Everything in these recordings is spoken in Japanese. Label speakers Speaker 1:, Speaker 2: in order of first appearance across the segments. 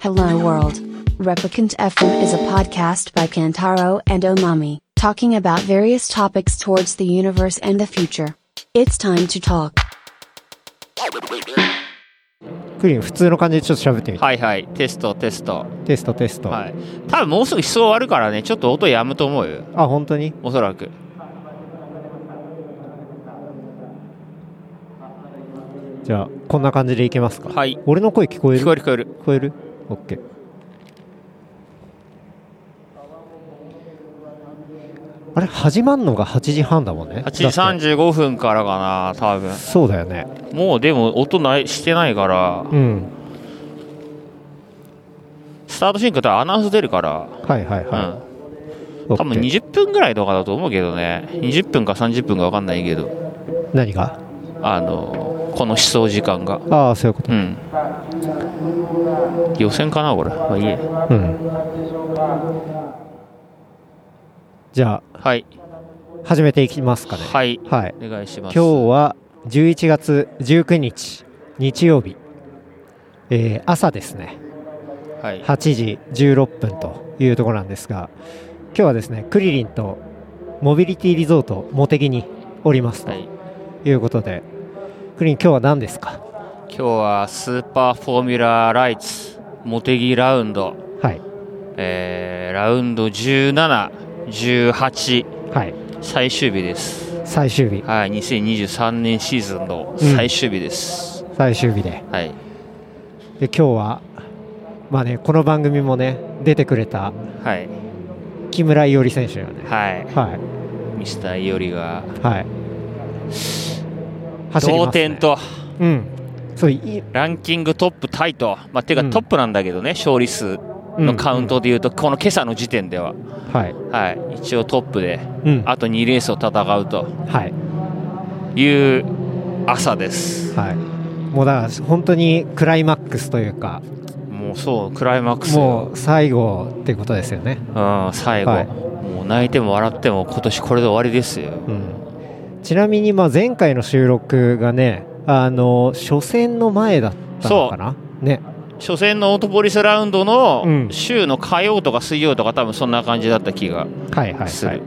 Speaker 1: Hello World. Replicant FM is a podcast by Kantaro and Omami, talking about various topics towards the universe and the future. It's time to talk.
Speaker 2: クリーン普通の感じでちょっと喋ってみて、
Speaker 3: はいはい、テスト、テスト。
Speaker 2: テストテスト、
Speaker 3: はい。多分もうすぐ思想終わるからね、ちょっと音やむと思うよ。
Speaker 2: あ本当に
Speaker 3: おそらく。
Speaker 2: じゃあこんな感じでいけますか
Speaker 3: はい。
Speaker 2: 俺の声聞こえる
Speaker 3: 聞こえる聞こえる。
Speaker 2: 聞こえる ?OK あれ始まんのが8時半だもんね
Speaker 3: 8時
Speaker 2: だって
Speaker 3: 35分からかな、多分。
Speaker 2: そうだよね
Speaker 3: もうでも音ないしてないから、
Speaker 2: うん
Speaker 3: スタートシンクとアナウンス出るから、
Speaker 2: はいはいうは
Speaker 3: ん。
Speaker 2: い、
Speaker 3: 多分
Speaker 2: OK
Speaker 3: 20分ぐらいとかだと思うけどね。20分か30分か分かんないけど、
Speaker 2: 何が
Speaker 3: あの、この思想時間が。
Speaker 2: ああそういうこ
Speaker 3: う
Speaker 2: と
Speaker 3: ん。予選かな、これ。まあいいや
Speaker 2: うんじゃあ
Speaker 3: はい。
Speaker 2: 始めていきますかね
Speaker 3: はい。
Speaker 2: はい
Speaker 3: お願いします。
Speaker 2: 今日は11月19日日曜日、えー朝ですね
Speaker 3: はい。
Speaker 2: 8時16分というところなんですが今日はですねクリリンとモビリティリゾート茂木におりますと
Speaker 3: はい
Speaker 2: いうことで、クリリン今日は何ですか
Speaker 3: 今日はスーパーフォーミュラーライツ茂木ラウンド、
Speaker 2: はい
Speaker 3: えーラウンド1718
Speaker 2: はい
Speaker 3: 最終日です、
Speaker 2: 最終日
Speaker 3: はい、2023年シーズンの最終日です、
Speaker 2: 最終日で
Speaker 3: はい
Speaker 2: で今日はまあねこの番組もね出てくれた
Speaker 3: はい
Speaker 2: 木村伊織選手よね
Speaker 3: は
Speaker 2: はい
Speaker 3: いミスター伊織が
Speaker 2: はい走りますね
Speaker 3: 同点と
Speaker 2: うんそうい
Speaker 3: ランキングトップタイと、まあ、てか
Speaker 2: うん
Speaker 3: トップなんだけどね、勝利数のカウントでいうと、この今朝の時点では、
Speaker 2: はい
Speaker 3: はい、一応トップで
Speaker 2: うん
Speaker 3: あと2レースを戦うと
Speaker 2: はい
Speaker 3: いう朝です
Speaker 2: はいもうだから本当にクライマックスというか
Speaker 3: もうそうクライマックスよ
Speaker 2: もう最後ってことですよね、
Speaker 3: うん、最後、
Speaker 2: はい
Speaker 3: もう泣いても笑っても今年これで終わりですよ
Speaker 2: うん、ちなみにまあ前回の収録がねあの初戦の前だったのかなね
Speaker 3: 初戦のオートポリスラウンド
Speaker 2: う
Speaker 3: の
Speaker 2: ん
Speaker 3: 週の火曜とか水曜とか多分そんな感じだった気が
Speaker 2: はいはい
Speaker 3: す
Speaker 2: はい
Speaker 3: る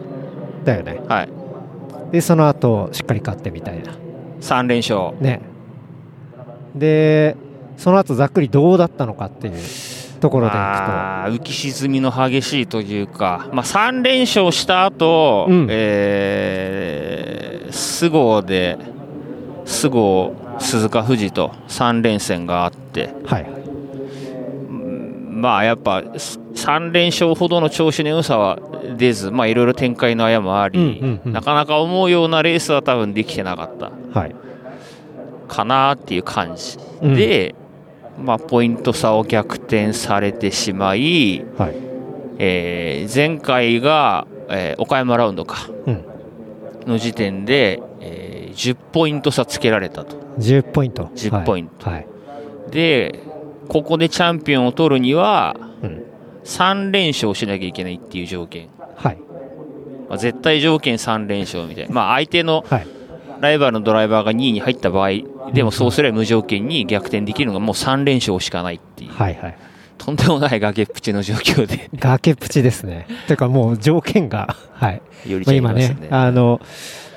Speaker 2: だよね
Speaker 3: はい、
Speaker 2: でその後しっかり勝ってみたいな
Speaker 3: 3連勝
Speaker 2: ねでその後ざっくりどうだったのかっていうところでいく
Speaker 3: あー浮き沈みの激しいというか、まあ、3連勝した後、
Speaker 2: うん
Speaker 3: えー、菅生で菅生鈴鹿富士と3連戦があって
Speaker 2: とはいはい
Speaker 3: まあやっぱ3連勝ほどの調子の良さは出ず、まあいろいろ展開の誤もあり、
Speaker 2: うんうんうん
Speaker 3: なかなか思うようなレースは多分できてなかった
Speaker 2: はい
Speaker 3: かなっていう感じ、
Speaker 2: うん
Speaker 3: で、まあ、ポイント差を逆転されてしまい、
Speaker 2: はい
Speaker 3: えー前回が、えー岡山ラウンドか
Speaker 2: うん
Speaker 3: の時点で、えー10ポイント差つけられたと。
Speaker 2: 10ポイント
Speaker 3: 10ポイント
Speaker 2: はい、はい
Speaker 3: でここでチャンピオンを取るには
Speaker 2: うん
Speaker 3: 3連勝しなきゃいけないっていう条件。
Speaker 2: はい
Speaker 3: まあ、絶対条件3連勝みたいな、まあ、相手の
Speaker 2: はい
Speaker 3: ライバルのドライバーが2位に入った場合でもそうすれば無条件に逆転できるのがもう3連勝しかないっていう
Speaker 2: はいはい
Speaker 3: とんでもない崖っぷちの状 況で
Speaker 2: 崖っぷちですね。てかもう条件が、はい。
Speaker 3: よりち
Speaker 2: まあ、今
Speaker 3: ゃいました
Speaker 2: ね
Speaker 3: ね、
Speaker 2: あの、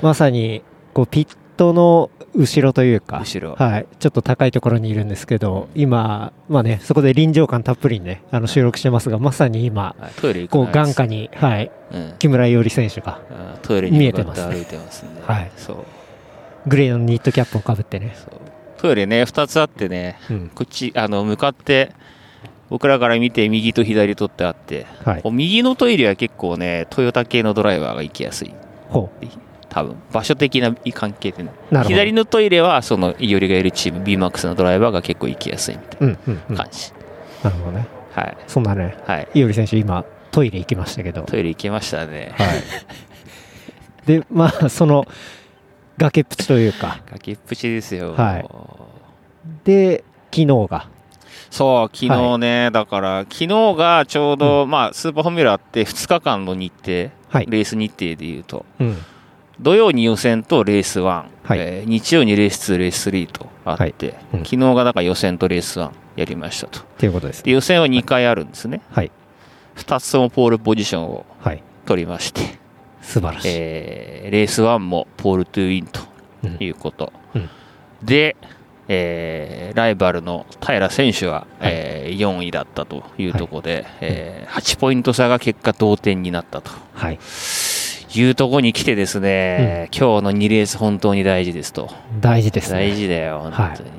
Speaker 2: まさに、こう、ピットの後ろというか、
Speaker 3: 後ろ
Speaker 2: はい。ちょっと高いところにいるんですけど、今、まあね、そこで臨場感たっぷりにね、あの収録してますが、まさに今、
Speaker 3: はいトイレ行く
Speaker 2: こう、
Speaker 3: のや
Speaker 2: 眼
Speaker 3: つ
Speaker 2: 下に、はい、
Speaker 3: うん
Speaker 2: 木村伊織選手が、
Speaker 3: あトイレに向かって
Speaker 2: 見
Speaker 3: 歩いてますね
Speaker 2: はい
Speaker 3: そう
Speaker 2: グレーのニットキャップをかぶってね、
Speaker 3: そうトイレね2つあってね
Speaker 2: うん。
Speaker 3: こっちあの向かって僕らから見て右と左取ってあって、
Speaker 2: はい
Speaker 3: こう右のトイレは結構ねトヨタ系のドライバーが行きやすい
Speaker 2: ほ
Speaker 3: 多分場所的な関係でね
Speaker 2: なるほど。
Speaker 3: 左のトイレはその伊織がいるチーム BMAX のドライバーが結構行きやすいみたいう
Speaker 2: うん、うん、うん。
Speaker 3: な
Speaker 2: な
Speaker 3: 感じ、
Speaker 2: るほどね。
Speaker 3: はい
Speaker 2: そんなね、
Speaker 3: はい
Speaker 2: 伊織選手、今、トイレ行きましたけど、
Speaker 3: トイレ行きましたね
Speaker 2: はい。で、まあ、その、崖っぷちというか、
Speaker 3: 崖っぷちですよ、
Speaker 2: はいで、昨日が、
Speaker 3: そう昨日ね、だから昨日がちょうど、まあスーパーフォーミュラーって2日間の日程、
Speaker 2: はい
Speaker 3: レース日程でいうと
Speaker 2: うん、
Speaker 3: 土曜に予選とレース1、
Speaker 2: はい
Speaker 3: えー日曜にレース2レース3とあって、
Speaker 2: はいうん
Speaker 3: 昨日がだから予選とレース1やりましたと。
Speaker 2: ていうことです
Speaker 3: で、。予選は2回あるんですね。
Speaker 2: はい。
Speaker 3: 2つともポールポジションを
Speaker 2: はい。
Speaker 3: 取りまして、
Speaker 2: 素晴らしい。
Speaker 3: えーレース1もポールトゥインと
Speaker 2: うん
Speaker 3: いうこと。
Speaker 2: うん
Speaker 3: で、えーライバルの平選手は、
Speaker 2: はい
Speaker 3: えー4位だったというところで、えー8ポイント差が結果同点になったと
Speaker 2: はい。
Speaker 3: いうところに来てですね、今日の2レース本当に大事ですと。
Speaker 2: 大事です
Speaker 3: 大
Speaker 2: ね。
Speaker 3: 事だよ、本
Speaker 2: はい
Speaker 3: 当に。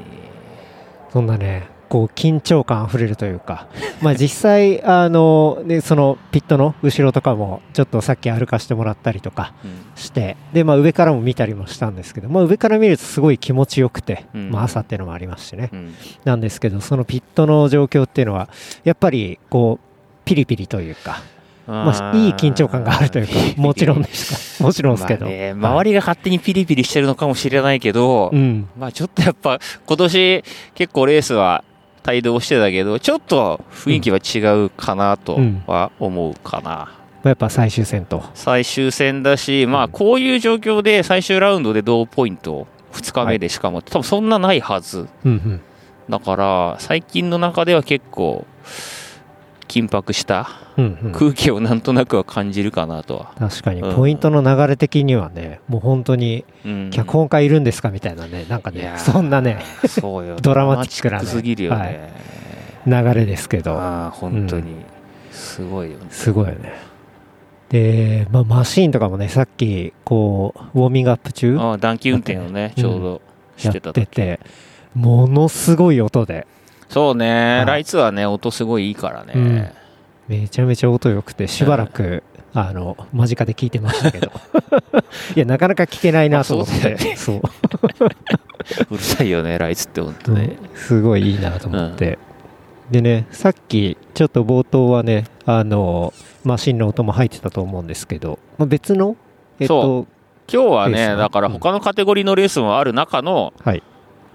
Speaker 2: そんなね、こう、緊張感あふれるというか、まあ実際、 あの、ね、そのピットの後ろとかも、ちょっとさっき歩かしてもらったりとかして、で、まあ上からも見たりもしたんですけど、まあ上から見るとすごい気持ちよくて、
Speaker 3: うん
Speaker 2: まあ朝っていうのもありますしね。
Speaker 3: うんうん
Speaker 2: なんですけど、そのピットの状況っていうのは、やっぱり、こう、ピリピリというか、まあ、いい緊張感があるというか
Speaker 3: ピリピ、リ
Speaker 2: もちろんですか。もちろんですけど。
Speaker 3: まあね、
Speaker 2: は
Speaker 3: 周
Speaker 2: い
Speaker 3: りが勝手にピリピリしてるのかもしれないけど、
Speaker 2: うん。
Speaker 3: まあちょっとやっぱ今年結構レースは帯同してたけどちょっと雰囲気は違うかなと
Speaker 2: うん
Speaker 3: は思うかな、
Speaker 2: やっぱ最終戦と。
Speaker 3: 最終戦だしま
Speaker 2: う
Speaker 3: あ
Speaker 2: ん
Speaker 3: こういう状況で最終ラウンドで同ポイント2日目でしかも、多分そんなないはず
Speaker 2: うんうん。
Speaker 3: だから最近の中では結構緊迫した
Speaker 2: うんうん。
Speaker 3: 空気をなんとなくは感じるかなとは、
Speaker 2: 確かに、
Speaker 3: うん
Speaker 2: ポイントの流れ的にはね、もう本当に、
Speaker 3: うん
Speaker 2: 脚本家いるんですかみたいなね、なんか
Speaker 3: い
Speaker 2: ね
Speaker 3: や、ー
Speaker 2: そんなね、
Speaker 3: そうよ
Speaker 2: ドラマチックなね
Speaker 3: ドラマチすぎるよね、
Speaker 2: はい流れですけど、
Speaker 3: ああ本当に、すごいよね
Speaker 2: すごいよね。で、まあ、マシーンとかもね、さっき、こう、ウォーミングアップ中、
Speaker 3: ああ暖気運転をね
Speaker 2: うん
Speaker 3: ちょうどし
Speaker 2: やって
Speaker 3: た
Speaker 2: て
Speaker 3: 時
Speaker 2: て、ものすごい音で、
Speaker 3: そうね、
Speaker 2: はい
Speaker 3: ライツはね音すごいいいからね、
Speaker 2: うんめちゃめちゃ音良くて、しばらく、あの、間近で聞いてました けど。いや、なかなか聞けないなと思っ
Speaker 3: あそうだよ
Speaker 2: て。そう。
Speaker 3: うるさいよねライツって本当ね、
Speaker 2: すごいいいなと思って。でね、さっき、ちょっと冒頭はね、あの、マシンの音も入ってたと思うんですけど、まあ、別の、えっと
Speaker 3: そ、今日は
Speaker 2: レース
Speaker 3: ね
Speaker 2: は
Speaker 3: だから他のカテゴリーのレースもある中の
Speaker 2: はい。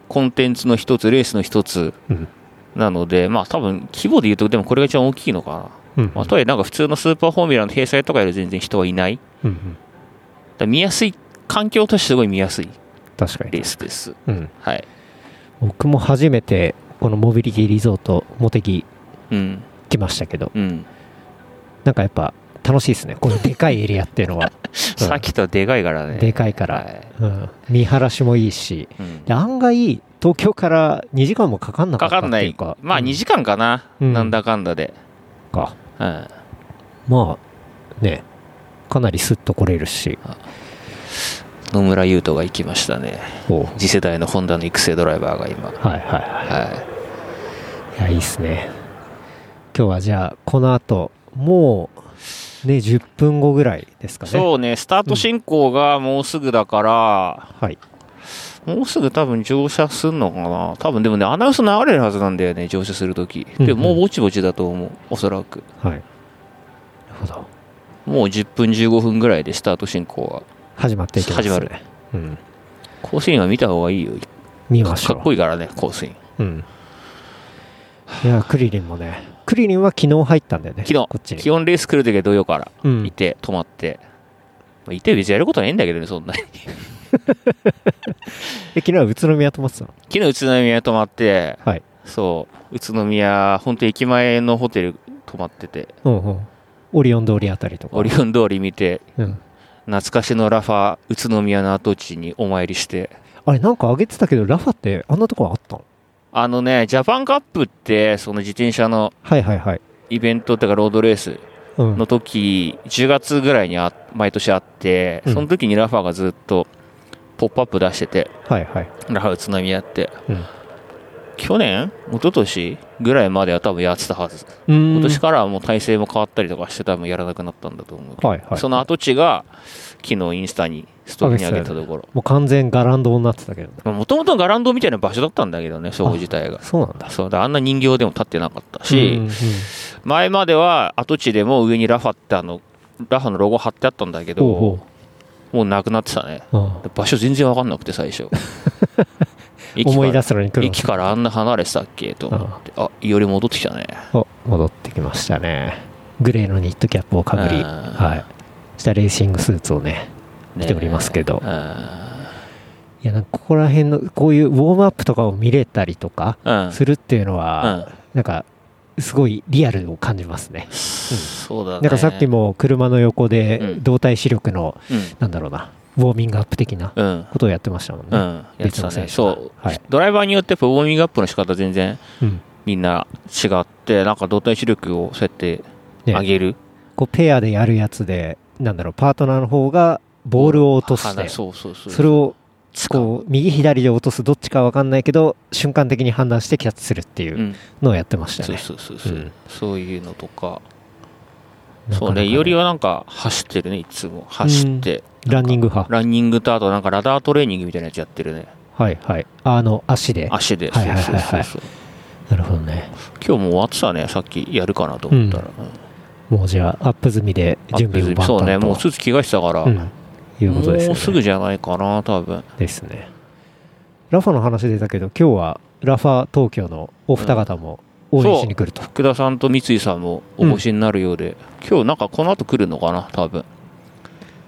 Speaker 3: コンテンツの一つレースの一つ
Speaker 2: うん。
Speaker 3: なのでまあ多分規模で言うとでもこれが一番大きいのかな、
Speaker 2: うん。
Speaker 3: まあ、とはいえなんか普通のスーパーフォーミュラの閉鎖とかより全然人はいないだか
Speaker 2: うんうん。
Speaker 3: ら見やすい環境としてすごい見やすい
Speaker 2: 確か
Speaker 3: レ
Speaker 2: に。
Speaker 3: ースです
Speaker 2: うん。
Speaker 3: はい
Speaker 2: 僕も初めて、このモビリティリゾート、モテギ
Speaker 3: うん
Speaker 2: 来ましたけど、
Speaker 3: うん
Speaker 2: なんかやっぱ、楽しいですね。このでかいエリアっていうの は。
Speaker 3: さっきとはでかいからね。
Speaker 2: でかいから
Speaker 3: はい
Speaker 2: うん。見晴らしもいいし、
Speaker 3: うん
Speaker 2: で案外東京から2時間もかかんなかっ
Speaker 3: か
Speaker 2: た
Speaker 3: か
Speaker 2: っ
Speaker 3: ん
Speaker 2: て
Speaker 3: ないいう
Speaker 2: か。
Speaker 3: まあ2時間かな、
Speaker 2: うん
Speaker 3: なんだかんだで。
Speaker 2: 間か
Speaker 3: うん
Speaker 2: まあねかなりスッと来れるし
Speaker 3: 野村優斗が行きましたね。
Speaker 2: おう
Speaker 3: 次世代のホンダの育成ドライバーが今。
Speaker 2: はいはいは
Speaker 3: はい
Speaker 2: いやいいっすね今日はじゃあこの後もうね10分後ぐらいですか
Speaker 3: い、
Speaker 2: ね
Speaker 3: そうね、スタート進行がもうすぐだから、
Speaker 2: はい
Speaker 3: もうすぐ多分乗車すんのかな。多分でもね、アナウンス流れるはずなんだよね、乗車するとき。
Speaker 2: うん
Speaker 3: でももうぼちぼちだと思う、おそらく。
Speaker 2: はいなるほど
Speaker 3: もう10分15分ぐらいでスタート進行は。
Speaker 2: 始まっていきますね
Speaker 3: 始まる
Speaker 2: うん
Speaker 3: コースインは見た方がいいよ。
Speaker 2: 見まし
Speaker 3: か
Speaker 2: ょう
Speaker 3: っこいいからね、コースイン。
Speaker 2: うんいやクリリンもねクリリンは昨日入ったんだよね
Speaker 3: 昨日
Speaker 2: こっちに
Speaker 3: 基本レース来るときは土曜から。
Speaker 2: う
Speaker 3: い
Speaker 2: ん
Speaker 3: て、止まって。まあいて別にやることはないんだけどね、そんなに。
Speaker 2: え昨日は宇都宮泊まってたの
Speaker 3: 昨日宇都宮泊まって、
Speaker 2: はい
Speaker 3: そう、宇都宮、本当駅前のホテル泊まってて、
Speaker 2: うんうんオリオン通りあたりとか
Speaker 3: オリオン通り見て、
Speaker 2: うん
Speaker 3: 懐かしのラファ、宇都宮の跡地にお参りして、
Speaker 2: あれなんか上げてたけどラファってあんなとこあったの
Speaker 3: あのね、ジャパンカップって、その自転車の
Speaker 2: はいはいはい、
Speaker 3: イベントっていうか、ロードレース
Speaker 2: うん、
Speaker 3: の時、10月ぐらいにあ毎年あって、
Speaker 2: うん
Speaker 3: その時にラファがずっと、ポップアップ出してて、
Speaker 2: はいはい、
Speaker 3: ラファ宇都宮って、
Speaker 2: うん
Speaker 3: 去年一昨年ぐらいまでは多分やってたはず
Speaker 2: うん
Speaker 3: 今年からはもう体制も変わったりとかして多分やらなくなったんだと思う、
Speaker 2: はいはい
Speaker 3: その跡地が昨日インスタにストーリーに上げたところ
Speaker 2: もう完全ガランドになってたけどね
Speaker 3: もともとガランドみたいな場所だったんだけどねそこ自体が
Speaker 2: そうなんだ
Speaker 3: そうだあんな人形でも立ってなかったし、
Speaker 2: うんうん
Speaker 3: 前までは跡地でも上にラファってあのラファのロゴ貼ってあったんだけど
Speaker 2: ほうほ
Speaker 3: もうなくなってたね
Speaker 2: ううん
Speaker 3: 場所全然分かんなくて最初 駅から
Speaker 2: 思い出すのに来る
Speaker 3: 駅からあんな離れてたっけと思ってあいより戻ってきたね
Speaker 2: お戻ってきましたねグレーのニットキャップをかぶり
Speaker 3: あー
Speaker 2: はいしたレーシングスーツをね
Speaker 3: ね
Speaker 2: 着ておりますけど
Speaker 3: あ
Speaker 2: いやなんかここら辺のこういうウォームアップとかを見れたりとか
Speaker 3: うん
Speaker 2: するっていうのは、
Speaker 3: うん
Speaker 2: なんかすごいリアルを感じますね。
Speaker 3: そうだね
Speaker 2: なんかさっきも車の横
Speaker 3: う
Speaker 2: で
Speaker 3: ん
Speaker 2: 動体視力の、
Speaker 3: うん
Speaker 2: なんだろうなウォーミングアップ的な
Speaker 3: うん
Speaker 2: ことをやってましたもん
Speaker 3: う
Speaker 2: ね。
Speaker 3: んやって
Speaker 2: 別
Speaker 3: た
Speaker 2: の選
Speaker 3: ね
Speaker 2: 手が
Speaker 3: そう
Speaker 2: はい
Speaker 3: ドライバーによってやっぱウォーミングアップの仕方全然
Speaker 2: うん
Speaker 3: みんな違ってなんか動体視力をそうやって
Speaker 2: ね
Speaker 3: 上げる
Speaker 2: こうペアでやるやつでなんだろうパートナーの方がボールを落として
Speaker 3: 鼻そうそうそう
Speaker 2: それを
Speaker 3: 使う
Speaker 2: こう右左で落とすどっちかわかんないけど瞬間的に判断してキャッチするっていううんのをやってました
Speaker 3: そう
Speaker 2: ね。
Speaker 3: そうそうそう
Speaker 2: うん
Speaker 3: そういうのとか
Speaker 2: なか
Speaker 3: そ
Speaker 2: な
Speaker 3: う
Speaker 2: か
Speaker 3: ねよりはなんか走ってるねいつも走って
Speaker 2: ランニング派。
Speaker 3: ランニングとあとなんかラダートレーニングみたいなやつやってるね
Speaker 2: はいはい。あの足で。
Speaker 3: 足で
Speaker 2: は
Speaker 3: そう
Speaker 2: いはい
Speaker 3: そう
Speaker 2: はいはいう
Speaker 3: そそう
Speaker 2: なるほどね。
Speaker 3: 今日もう終わってたねさっきやるかなと思ったらうん
Speaker 2: もうじゃあアップ済みで準備を万端と。
Speaker 3: そうねもうスーツ着替えてたから
Speaker 2: うんいうことですよね。
Speaker 3: もうすぐじゃないかな多分
Speaker 2: ですね。ラファの話出たけど、今日はラファ東京のお二方も応援しに来ると。
Speaker 3: 福田さんと三井さんもお越しになるようで、今日なんかこの後来るのかな多分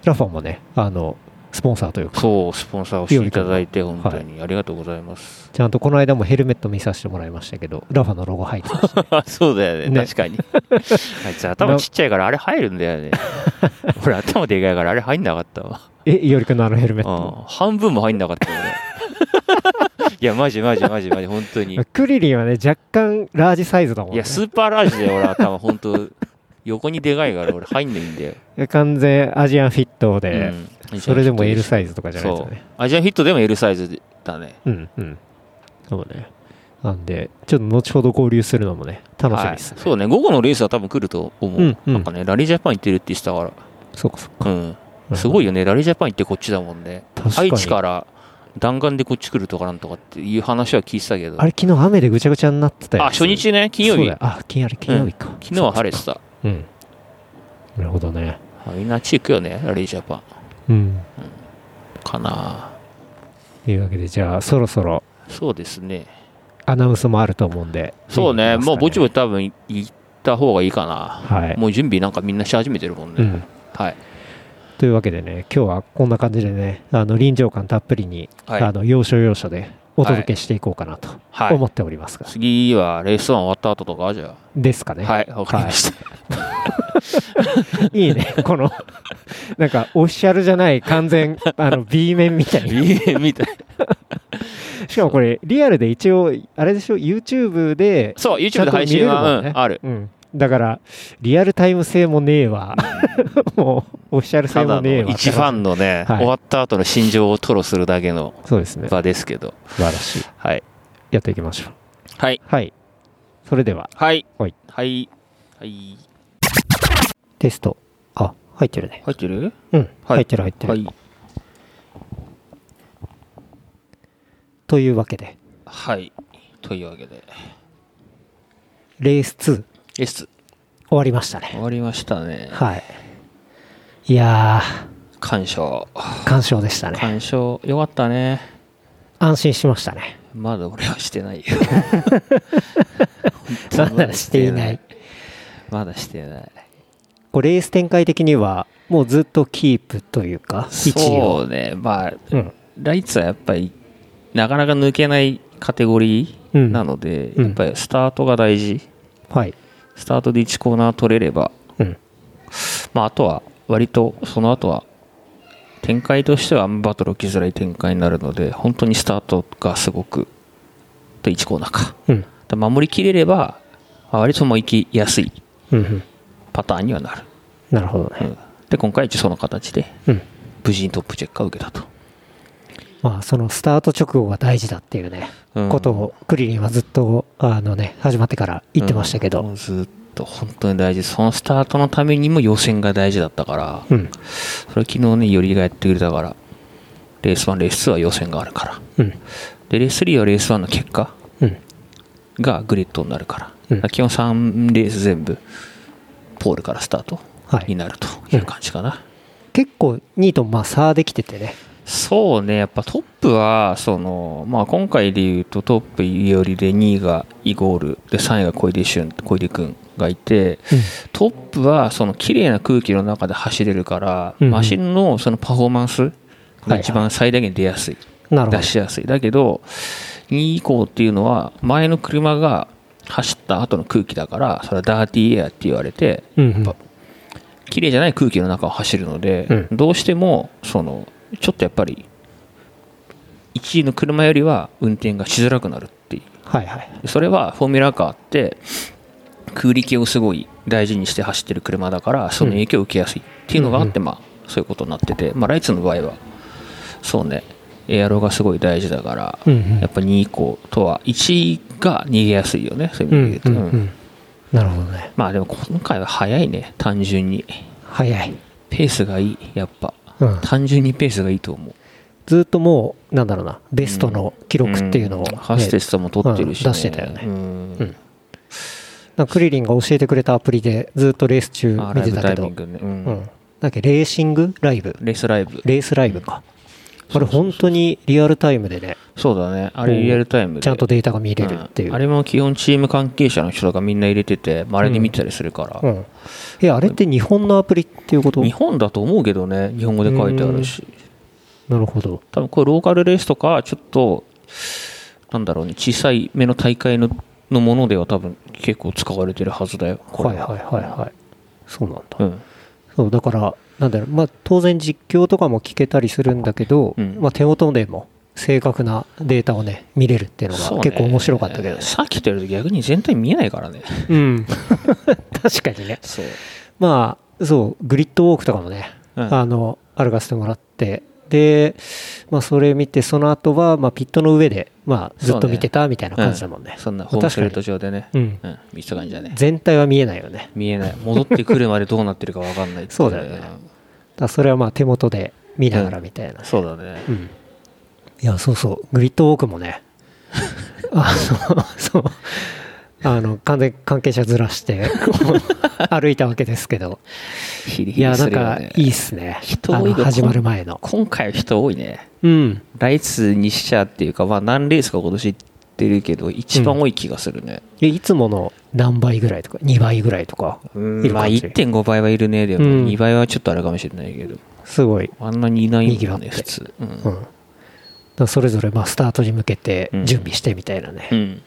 Speaker 2: ラファもね、あの、スポンサーというか、
Speaker 3: そうスポンサーをしていただいて本当にありがとうござい ます、
Speaker 2: ちゃんとこの間もヘルメット見させてもらいましたけど、ラファのロゴ入ってましたね
Speaker 3: そうだよね
Speaker 2: ね
Speaker 3: 確 かにあいつ頭ちっちゃいからあれ入るんだ よね俺頭でかいからあれ入んなかったわ
Speaker 2: え、いおりくんのあのヘルメット。
Speaker 3: うん半分も入んなかったよね いやマジマジマジマジ本当に
Speaker 2: クリリンはね、若干ラージサイズだもん
Speaker 3: い
Speaker 2: ね
Speaker 3: や。スーパーラージで俺頭本当横にでか いから俺入んないんだよ、
Speaker 2: 完全アジアンフィットで、
Speaker 3: うん
Speaker 2: それでも L サイズとかじゃないです
Speaker 3: そ
Speaker 2: よ
Speaker 3: う
Speaker 2: ね。
Speaker 3: アジアンヒットでも L サイズだね
Speaker 2: うんうん。そうね。なんで、ちょっと後ほど合流するのもね、楽しみですね。
Speaker 3: はいそうね午後のレースは多分来ると思う、
Speaker 2: うんうん
Speaker 3: なんかねラリージャパン行ってるって言ってたか
Speaker 2: そうかそう
Speaker 3: らうんすごいよねラリージャパン行ってこっちだもんね
Speaker 2: 確かに
Speaker 3: 愛知から弾丸でこっち来るとかなんとかっていう話は聞いてたけど
Speaker 2: あれ、昨日雨でぐちゃぐちゃになってたよ
Speaker 3: あ初日ね金曜
Speaker 2: そう
Speaker 3: 日
Speaker 2: だよあ金曜日金曜日か、
Speaker 3: 昨日は晴れてた
Speaker 2: うんなるほどね
Speaker 3: あみんなあっち行くよねラリージャパン
Speaker 2: うん
Speaker 3: かな
Speaker 2: というわけでじゃあそろそろ
Speaker 3: そうですね
Speaker 2: アナウンスもあると思うんで
Speaker 3: そうねもうぼちぼ
Speaker 2: ち
Speaker 3: ち多分行った方がいいかな、
Speaker 2: はい、
Speaker 3: もう準備なんかみんなし始めてるもんね、
Speaker 2: うん、
Speaker 3: はい
Speaker 2: というわけでね今日はこんな感じでねあの臨場感たっぷりに、
Speaker 3: はい
Speaker 2: あの要所要所でお届けしていこうかなと
Speaker 3: はい
Speaker 2: 思っておりますが、
Speaker 3: 次はレース1終わった後とかじゃ
Speaker 2: ですか
Speaker 3: あ
Speaker 2: ね、
Speaker 3: はいわかりました、
Speaker 2: い、い ねこのなんかオフィシャルじゃない完 全あの B 面みたいな
Speaker 3: BM み たい
Speaker 2: しかもこれリアルで一応あれでしょ YouTube で
Speaker 3: そう、
Speaker 2: ちゃん
Speaker 3: YouTube で
Speaker 2: と
Speaker 3: 配
Speaker 2: 見れる
Speaker 3: 信
Speaker 2: も
Speaker 3: は、
Speaker 2: ん
Speaker 3: う
Speaker 2: ね
Speaker 3: ん、ある。
Speaker 2: うん、だからリアルタイム性もねえわ もうオフィシャル性
Speaker 3: た
Speaker 2: も
Speaker 3: だ
Speaker 2: ねえ
Speaker 3: の
Speaker 2: わ
Speaker 3: 一ファンのね、
Speaker 2: はい
Speaker 3: 終わった後の心情を吐露するだけの
Speaker 2: そうですね
Speaker 3: 場ですけど。
Speaker 2: 素晴らしい
Speaker 3: はい。
Speaker 2: やっていきましょう
Speaker 3: はい。
Speaker 2: はいそれでは
Speaker 3: はい。
Speaker 2: はい。
Speaker 3: はい。はい。
Speaker 2: テストあ入ってるね
Speaker 3: 入ってる
Speaker 2: うん、
Speaker 3: はい
Speaker 2: 入ってる入ってる、
Speaker 3: はい。
Speaker 2: というわけで
Speaker 3: はい。というわけで、
Speaker 2: レース2
Speaker 3: S、
Speaker 2: 終わりましたね
Speaker 3: 終わりましたね。
Speaker 2: はいいや
Speaker 3: 鑑賞。
Speaker 2: ー完勝でしたね
Speaker 3: 鑑賞、よかったね。
Speaker 2: 安心しましたね。
Speaker 3: まだ俺はしてないよ
Speaker 2: まだしていない。
Speaker 3: まだしてない。
Speaker 2: こうレース展開的にはもうずっとキープというか一応
Speaker 3: そうね。まあ、
Speaker 2: うん
Speaker 3: ライツはやっぱりなかなか抜けないカテゴリーなので、
Speaker 2: うん
Speaker 3: やっぱりスタートが大事
Speaker 2: はい
Speaker 3: スタートで1コーナー取れれば、
Speaker 2: うん
Speaker 3: まあ、あとは割とその後は展開としてはアンバトルをきづらい展開になるので本当にスタートがすごくと1コーナーか
Speaker 2: うん
Speaker 3: だ守りきれればまあ割ともう行きやすい
Speaker 2: うんうん
Speaker 3: パターンにはなる、
Speaker 2: なるほど
Speaker 3: う
Speaker 2: ね
Speaker 3: んで今回一応その形で
Speaker 2: うん
Speaker 3: 無事にトップチェックを受けたと
Speaker 2: まあ、そのスタート直後が大事だっていうね、
Speaker 3: うん
Speaker 2: ことをクリリンはずっと、あのね、始まってから言ってましたけど、
Speaker 3: うんずっと本当に大事そのスタートのためにも予選が大事だったから、
Speaker 2: うん、
Speaker 3: それ昨日ねよりがやってくれたからレース1レース2は予選があるから
Speaker 2: うん、
Speaker 3: でレース3はレース1の結果
Speaker 2: うん、
Speaker 3: がグリッドになるから,、
Speaker 2: うん
Speaker 3: 基本3レース全部ポールからスタート
Speaker 2: はい
Speaker 3: になるという感じかな、
Speaker 2: 結構、2位とまあ差できててね、
Speaker 3: そうねやっぱトップはその、まあ、今回でいうとトップいおりで2位がイゴールで3位が小出俊小出君がいて、トップはその綺麗な空気の中で走れるから、
Speaker 2: うんうん
Speaker 3: マシンのそのパフォーマンスが一番最大限出やすい、
Speaker 2: なるほど
Speaker 3: 出しやすいだけど2以降っていうのは前の車が走った後の空気だからそれはダーティーエアって言われて
Speaker 2: うんうん
Speaker 3: やっ綺麗じゃない空気の中を走るので、
Speaker 2: う
Speaker 3: どうしてもそのちょっとやっぱり1位の車よりは運転がしづらくなるっていう
Speaker 2: はいはい
Speaker 3: それはフォーミュラカーって空力をすごい大事にして走ってる車だからその影響を受けやすいっていうのがあって、まあそういうことになってて、まあ、ライツの場合はそうねエアロがすごい大事だから、
Speaker 2: うんうん
Speaker 3: やっぱ2以降とは1が逃げやすいよねそういう
Speaker 2: う
Speaker 3: 意
Speaker 2: ん
Speaker 3: 味で
Speaker 2: う
Speaker 3: 言うと、
Speaker 2: んうんなるほどね
Speaker 3: まあでも今回は早いね単純に
Speaker 2: 早い、
Speaker 3: ペースがいいやっぱ
Speaker 2: うん、
Speaker 3: 単純にペースがいいと思う
Speaker 2: ずっともうなんだろうなベストの記録っていうのを、
Speaker 3: んハステスさんも取ってるし、ね
Speaker 2: うん出してたよね
Speaker 3: うん
Speaker 2: うんなんかクリリンが教えてくれたアプリでずっとレース中
Speaker 3: あ
Speaker 2: 見
Speaker 3: ライ
Speaker 2: て
Speaker 3: ブ
Speaker 2: た
Speaker 3: タ
Speaker 2: け
Speaker 3: イミ
Speaker 2: ど
Speaker 3: ン、グね、う
Speaker 2: うんん、だっけレーシングライブ
Speaker 3: レースライブ
Speaker 2: レースライブかあ
Speaker 3: そうそ
Speaker 2: れ
Speaker 3: うそう
Speaker 2: 本当にリアルタイムでね
Speaker 3: そうだねあれリアルタイムで
Speaker 2: ちゃんとデータが見れるっていう、
Speaker 3: んあれも基本チーム関係者の人とかみんな入れてて、まあ、あれに見てたりするから、
Speaker 2: うん、えあれって日本のアプリっていうこと
Speaker 3: 日本だと思うけどね日本語で書いてあるし
Speaker 2: なるほど
Speaker 3: 多分これローカルレースとかちょっとなんだろうね小さい目の大会ののものでは多分結構使われてるはずだよこ
Speaker 2: はい
Speaker 3: れ
Speaker 2: はいはいはいそうなんだ、
Speaker 3: うん
Speaker 2: そうだからなんだろう、まあ、当然実況とかも聞けたりするんだけど、
Speaker 3: うん
Speaker 2: まあ、手元でも正確なデータをね見れるっていうの
Speaker 3: そう
Speaker 2: が
Speaker 3: ね
Speaker 2: 結構面白かったけどね
Speaker 3: さっきとやると逆に全体見えないからね
Speaker 2: うん 確かにね
Speaker 3: そう
Speaker 2: まあそうグリッドウォークとかもね、
Speaker 3: うん
Speaker 2: あの歩かせてもらってで、まあ、それ見てその後はまあピットの上で、まあ、ずっと見てたみたいな感じだもんね
Speaker 3: そんなホームフェルト上でね、
Speaker 2: うん
Speaker 3: うん、見せた感じだね
Speaker 2: 全体は見えないよね
Speaker 3: 見えない戻ってくるまでどうなってるか分かんないっ てい
Speaker 2: そうだよねだからそれはまあ手元で見ながらみたいな、
Speaker 3: そうだね
Speaker 2: うんいやそうそうグリッドウォークも ねあのそうあの完全関係者ずら してこう歩いたわけですけど
Speaker 3: ヒリ
Speaker 2: い
Speaker 3: ヒ
Speaker 2: や
Speaker 3: リ
Speaker 2: な
Speaker 3: す
Speaker 2: ん
Speaker 3: るよ
Speaker 2: か
Speaker 3: ね
Speaker 2: いいっすね
Speaker 3: 人多
Speaker 2: あ
Speaker 3: いの
Speaker 2: の
Speaker 3: こん
Speaker 2: 始まる前の
Speaker 3: 今回は人多いね
Speaker 2: うん
Speaker 3: ライツにしちゃっていうかまあ何レースか今年行ってるけど一番多い気がするね、
Speaker 2: いやいつもの何倍ぐらいとか2倍ぐらいとか
Speaker 3: うん
Speaker 2: いる
Speaker 3: まあ
Speaker 2: 感じ
Speaker 3: 1.5倍はいるねでも
Speaker 2: うん
Speaker 3: 2倍はちょっとあれかもしれないけど、
Speaker 2: すごい、
Speaker 3: あんなにいないも
Speaker 2: 賑わ
Speaker 3: ん
Speaker 2: っ
Speaker 3: ね
Speaker 2: て
Speaker 3: 普通うん、
Speaker 2: うん、だからそれぞれまあスタートに向けて
Speaker 3: うん
Speaker 2: 準備してみたいなね、
Speaker 3: うん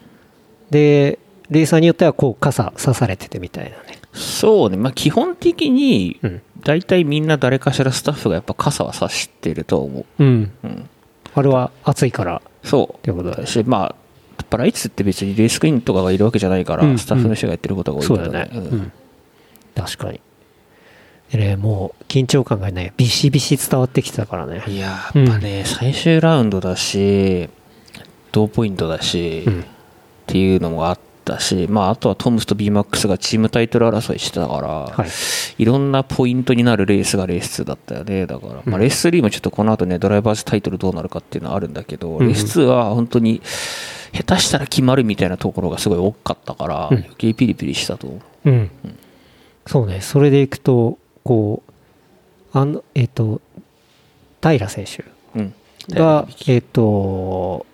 Speaker 2: でレーサーによってはこう傘刺されててみたいなね
Speaker 3: そうねまあ基本的に
Speaker 2: うん、
Speaker 3: 大体みんな誰かしらスタッフがやっぱ傘は差してると思
Speaker 2: うん、
Speaker 3: う、うん、
Speaker 2: あれは暑いから
Speaker 3: そう
Speaker 2: ってことだ
Speaker 3: だ
Speaker 2: ね
Speaker 3: しまあやっぱライツって別にレースクイーンとかがいるわけじゃないから、
Speaker 2: うん
Speaker 3: スタッフの人がやってることが多い
Speaker 2: そ
Speaker 3: か
Speaker 2: う
Speaker 3: ら
Speaker 2: だね、う
Speaker 3: うん
Speaker 2: ん、確かにでねもう緊張感がねビシビシ伝わってきてたからね
Speaker 3: いやーやっぱね、最終ラウンドだし同ポイントだし、
Speaker 2: うん
Speaker 3: っていうのもあったし、まあ、あとはトムスと BMAX がチームタイトル争いしてたから、
Speaker 2: はい
Speaker 3: い、ろんなポイントになるレースがレース2だったよねだから、まあ、レース3もちょっとこの後ねドライバーズタイトルどうなるかっていうのはあるんだけど、
Speaker 2: ん
Speaker 3: レース2は本当に下手したら決まるみたいなところがすごい多かったから、
Speaker 2: うん
Speaker 3: 余計ピリピリしたと思う。
Speaker 2: うん、そうねそれでいくとこうあのえっ、と平選手
Speaker 3: うん
Speaker 2: が、えっ、と、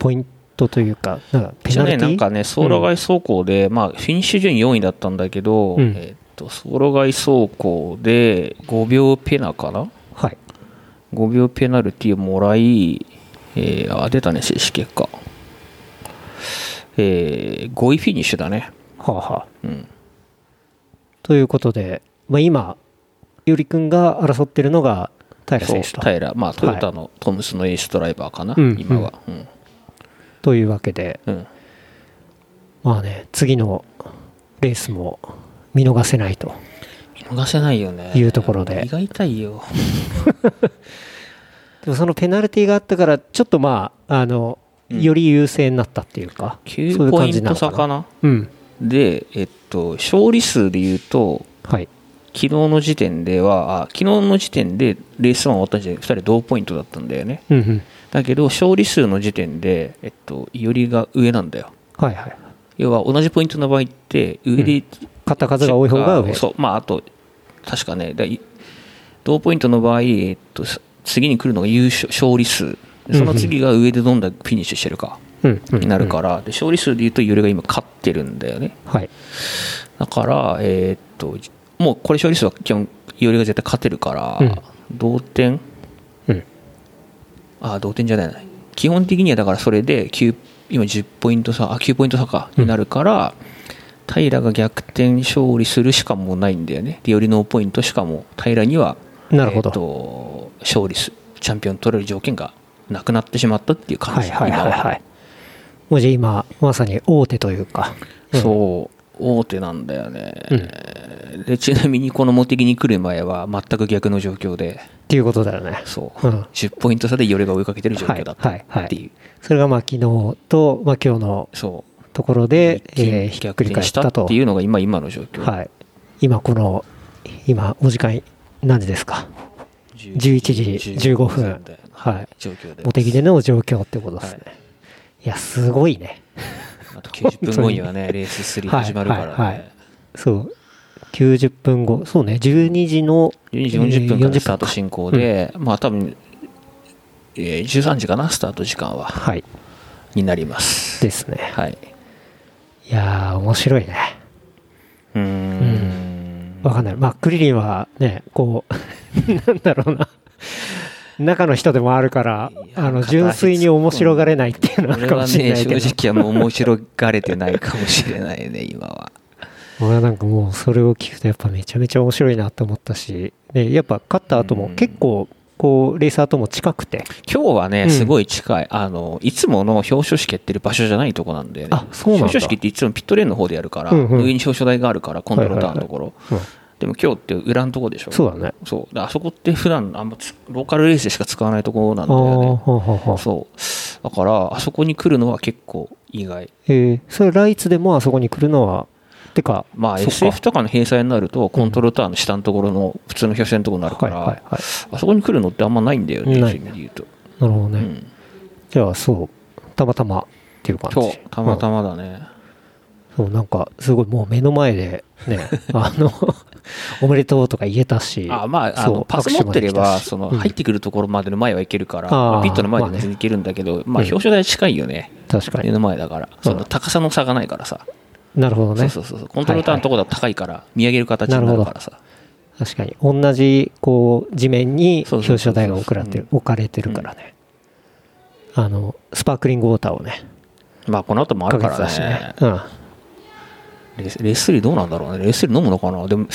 Speaker 2: ポイントというか、なんかペ
Speaker 3: 一応
Speaker 2: ナル
Speaker 3: ね
Speaker 2: ティ
Speaker 3: なんかね、走路外走行で、まあ、フィニッシュ順位4位だったんだけど、
Speaker 2: うん
Speaker 3: えっと走路外走行で5秒ペナかな、
Speaker 2: はい。
Speaker 3: 5秒ペナルティをもらい、えーあ出たね、正式結果、えー5位フィニッシュだね、
Speaker 2: はあ、はあ、
Speaker 3: うん、
Speaker 2: ということで、まあ、今、ゆりくんが争ってるのが平
Speaker 3: そ
Speaker 2: 選
Speaker 3: う
Speaker 2: 手と
Speaker 3: 平、まあ、トヨタのトムスのエースドライバーかな、
Speaker 2: うん
Speaker 3: 今は、うん
Speaker 2: というわけで、
Speaker 3: うん
Speaker 2: まあね、次のレースも見逃せないと。
Speaker 3: 見逃せないよね、
Speaker 2: いうところで
Speaker 3: 胃が痛いよ、
Speaker 2: でもそのペナルティがあったから、ちょっとまあ、あの、より優勢になったっていうか、そうい
Speaker 3: 9
Speaker 2: う
Speaker 3: ポ
Speaker 2: 感
Speaker 3: イ
Speaker 2: じ
Speaker 3: ン
Speaker 2: な
Speaker 3: ト
Speaker 2: のか
Speaker 3: 差
Speaker 2: な。
Speaker 3: かな、
Speaker 2: うん。
Speaker 3: で、えっと、勝利数でいうと、
Speaker 2: はい。
Speaker 3: 昨日の時点ではあ昨日の時点でレース1終わった時点で2人同ポイントだったんだよね
Speaker 2: うんうん。
Speaker 3: だけど勝利数の時点で、えっと、いおりが上なんだよ
Speaker 2: はいはい。
Speaker 3: 要は同じポイントの場合って上で、
Speaker 2: 勝った数が多い方が上。
Speaker 3: そうまああと確かねだい同ポイントの場合、えっと、す次に来るのが優勝勝利数その次が上でどんだけフィニッシュしてるか
Speaker 2: うん、うん。
Speaker 3: になるから、で勝利数でいうといおりが今勝ってるんだよね
Speaker 2: はい。
Speaker 3: だから、えーっと、もうこれ勝利数は基本、いおりが絶対勝てるから、
Speaker 2: うん
Speaker 3: 同点、
Speaker 2: うん。
Speaker 3: あ、同点じゃない、基本的にはだからそれで9今10ポイント差あ9ポイント差かになるから、平が逆転勝利するしかもうないんだよねでよりノーポイントしかも平には
Speaker 2: なるほど
Speaker 3: えーと勝利すチャンピオン取れる条件がなくなってしまったっていう感
Speaker 2: はい
Speaker 3: じ、
Speaker 2: はいはい
Speaker 3: 今
Speaker 2: はい。もうじゃあ今、まさに大手というか。
Speaker 3: そう大手なんだよね、
Speaker 2: う
Speaker 3: でちなみにこの茂木に来る前は全く逆の状況で
Speaker 2: っていうことだよね。
Speaker 3: そう、
Speaker 2: うん
Speaker 3: 10ポイント差でよりが追いかけてる状況だった
Speaker 2: はいはいはい
Speaker 3: っていう、
Speaker 2: それがまあ昨日と、まあ今日の
Speaker 3: そう
Speaker 2: ところで、
Speaker 3: 一気に
Speaker 2: えーひっく
Speaker 3: 逆
Speaker 2: り返
Speaker 3: 転
Speaker 2: っ
Speaker 3: した
Speaker 2: たと。
Speaker 3: っていうのが今今の状況、
Speaker 2: はい。今この、今、お時間何時ですか
Speaker 3: 11
Speaker 2: ?11 時15分
Speaker 3: で。
Speaker 2: はい。
Speaker 3: 状況で
Speaker 2: 茂木での状況ってことですね。
Speaker 3: はい
Speaker 2: い、や、すごいね。
Speaker 3: あと90分後にはね レース3始まるからね、
Speaker 2: はいはいはいそう。90分後、そうね、12時の
Speaker 3: 12時40分からスタート
Speaker 2: し
Speaker 3: 進行で、まあ多分、えー13時かなスタート時間は
Speaker 2: はい。
Speaker 3: になります
Speaker 2: ですね。
Speaker 3: はい
Speaker 2: いやー、面白いね。
Speaker 3: うーん
Speaker 2: わかんない。まあ、クリリンはね、こう、 なんだろうな。中の人でもあるから、あの、純粋に面白がれないっていうのはあ る
Speaker 3: 俺
Speaker 2: かも
Speaker 3: は
Speaker 2: しれ
Speaker 3: ね
Speaker 2: ないけど。
Speaker 3: 正直はもう面白がれてないかもしれない ね今は
Speaker 2: 俺はなんかもう、それを聞くとやっぱめちゃめちゃ面白いなと思ったし、ね、やっぱ勝った後も
Speaker 3: うん
Speaker 2: 結構、こう、レーサーとも近くて。
Speaker 3: 今日はね、
Speaker 2: うん
Speaker 3: すごい近い。あの、いつもの表彰式やってる場所じゃないとこなんでね。
Speaker 2: あそうなんだ
Speaker 3: 表彰式っていつもピットレーンの方でやるから、
Speaker 2: うんうん
Speaker 3: 上に表彰台があるから、コントロールターンのところ。
Speaker 2: うん
Speaker 3: でも今日って裏のとこでしょ。
Speaker 2: そうだね。
Speaker 3: そう。であそこって普段あんまつローカルレースでしか使わないところなん
Speaker 2: あ
Speaker 3: だ
Speaker 2: あ、
Speaker 3: よね。
Speaker 2: ははは
Speaker 3: そう。だから、あそこに来るのは結構意外。
Speaker 2: えー、それライツでもあそこに来るのは、てか、
Speaker 3: まあ
Speaker 2: そっか
Speaker 3: SF とかの閉鎖になると、コントロールターンの下のところの普通の表彰のところになるか
Speaker 2: はいはい
Speaker 3: ら、
Speaker 2: はい。
Speaker 3: あそこに来るのってあんまないんだよね、
Speaker 2: な
Speaker 3: そう
Speaker 2: い
Speaker 3: いう意味で言うと。
Speaker 2: なるほどね。
Speaker 3: うん
Speaker 2: じゃあ、そう、たまたまっていう感じ。
Speaker 3: 今日、たま
Speaker 2: ま
Speaker 3: たまだね。
Speaker 2: そう、なんか、すごいもう目の前で、ね、 あの、おめでとうとか言えたし。
Speaker 3: あまあ、あ
Speaker 2: そ
Speaker 3: の
Speaker 2: う
Speaker 3: パス持ってれば、その
Speaker 2: うん
Speaker 3: 入ってくるところまでの前はいけるから、
Speaker 2: あー
Speaker 3: まあピットの前
Speaker 2: ま
Speaker 3: で
Speaker 2: あね
Speaker 3: 全然いけるんだけど、まあ、
Speaker 2: うん
Speaker 3: 表彰台近いよね、
Speaker 2: 確か
Speaker 3: 目
Speaker 2: に。
Speaker 3: の前だから、その高さの差がないからさ、
Speaker 2: なるほど
Speaker 3: そう
Speaker 2: ね。
Speaker 3: そうそうそう、コントロールターンのところだと高いから、見上げる形になるからさ、
Speaker 2: 確かに。同じ、こう、地面に
Speaker 3: そう
Speaker 2: 表
Speaker 3: そ
Speaker 2: 彰
Speaker 3: うそうそう
Speaker 2: 台が置かれてる、置かれてるからね。あの、スパークリングウォーターをね、
Speaker 3: まあ、この後もあ
Speaker 2: か
Speaker 3: る
Speaker 2: け
Speaker 3: か
Speaker 2: て
Speaker 3: ら
Speaker 2: たしね
Speaker 3: ね。、
Speaker 2: うん。
Speaker 3: レースレース3どうなんだろうね、レース3飲むのかな、でも、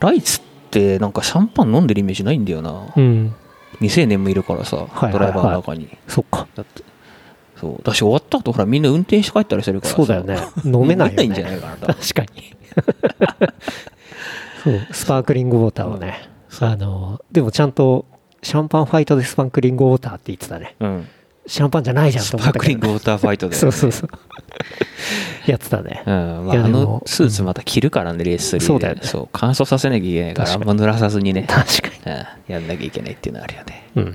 Speaker 3: ライツってなんかシャンパン飲んでるイメージないんだよな
Speaker 2: う、ん。
Speaker 3: 未成年もいるからさ
Speaker 2: はいはいは、い
Speaker 3: ドライバーの中に。
Speaker 2: そっか。
Speaker 3: だってそうだし終わった後ほらみんな運転して帰ったりするからさ
Speaker 2: そうだよね。飲めないよね。
Speaker 3: 飲めないんじゃないかな多分
Speaker 2: 確かに。そう、スパークリングウォーターをね。あの、でもちゃんと、シャンパンファイトでスパークリングウォーターって言ってたね。
Speaker 3: うん、
Speaker 2: シャンパンじゃないじゃん
Speaker 3: ス
Speaker 2: と
Speaker 3: パ
Speaker 2: 思ったけ
Speaker 3: ー
Speaker 2: ど
Speaker 3: クリングウォーターファイトで、
Speaker 2: そうそうそう。やってたね
Speaker 3: う。んま
Speaker 2: いや
Speaker 3: あ、あ
Speaker 2: でも
Speaker 3: のスーツまた着るからね、レース3で。
Speaker 2: そうだよね
Speaker 3: そう、乾燥させなきゃいけないから、あ
Speaker 2: 確
Speaker 3: ん
Speaker 2: か
Speaker 3: ま濡らさずにね、
Speaker 2: 確かに。
Speaker 3: うん、やんなきゃいけないっていうのはあるよね。
Speaker 2: うん。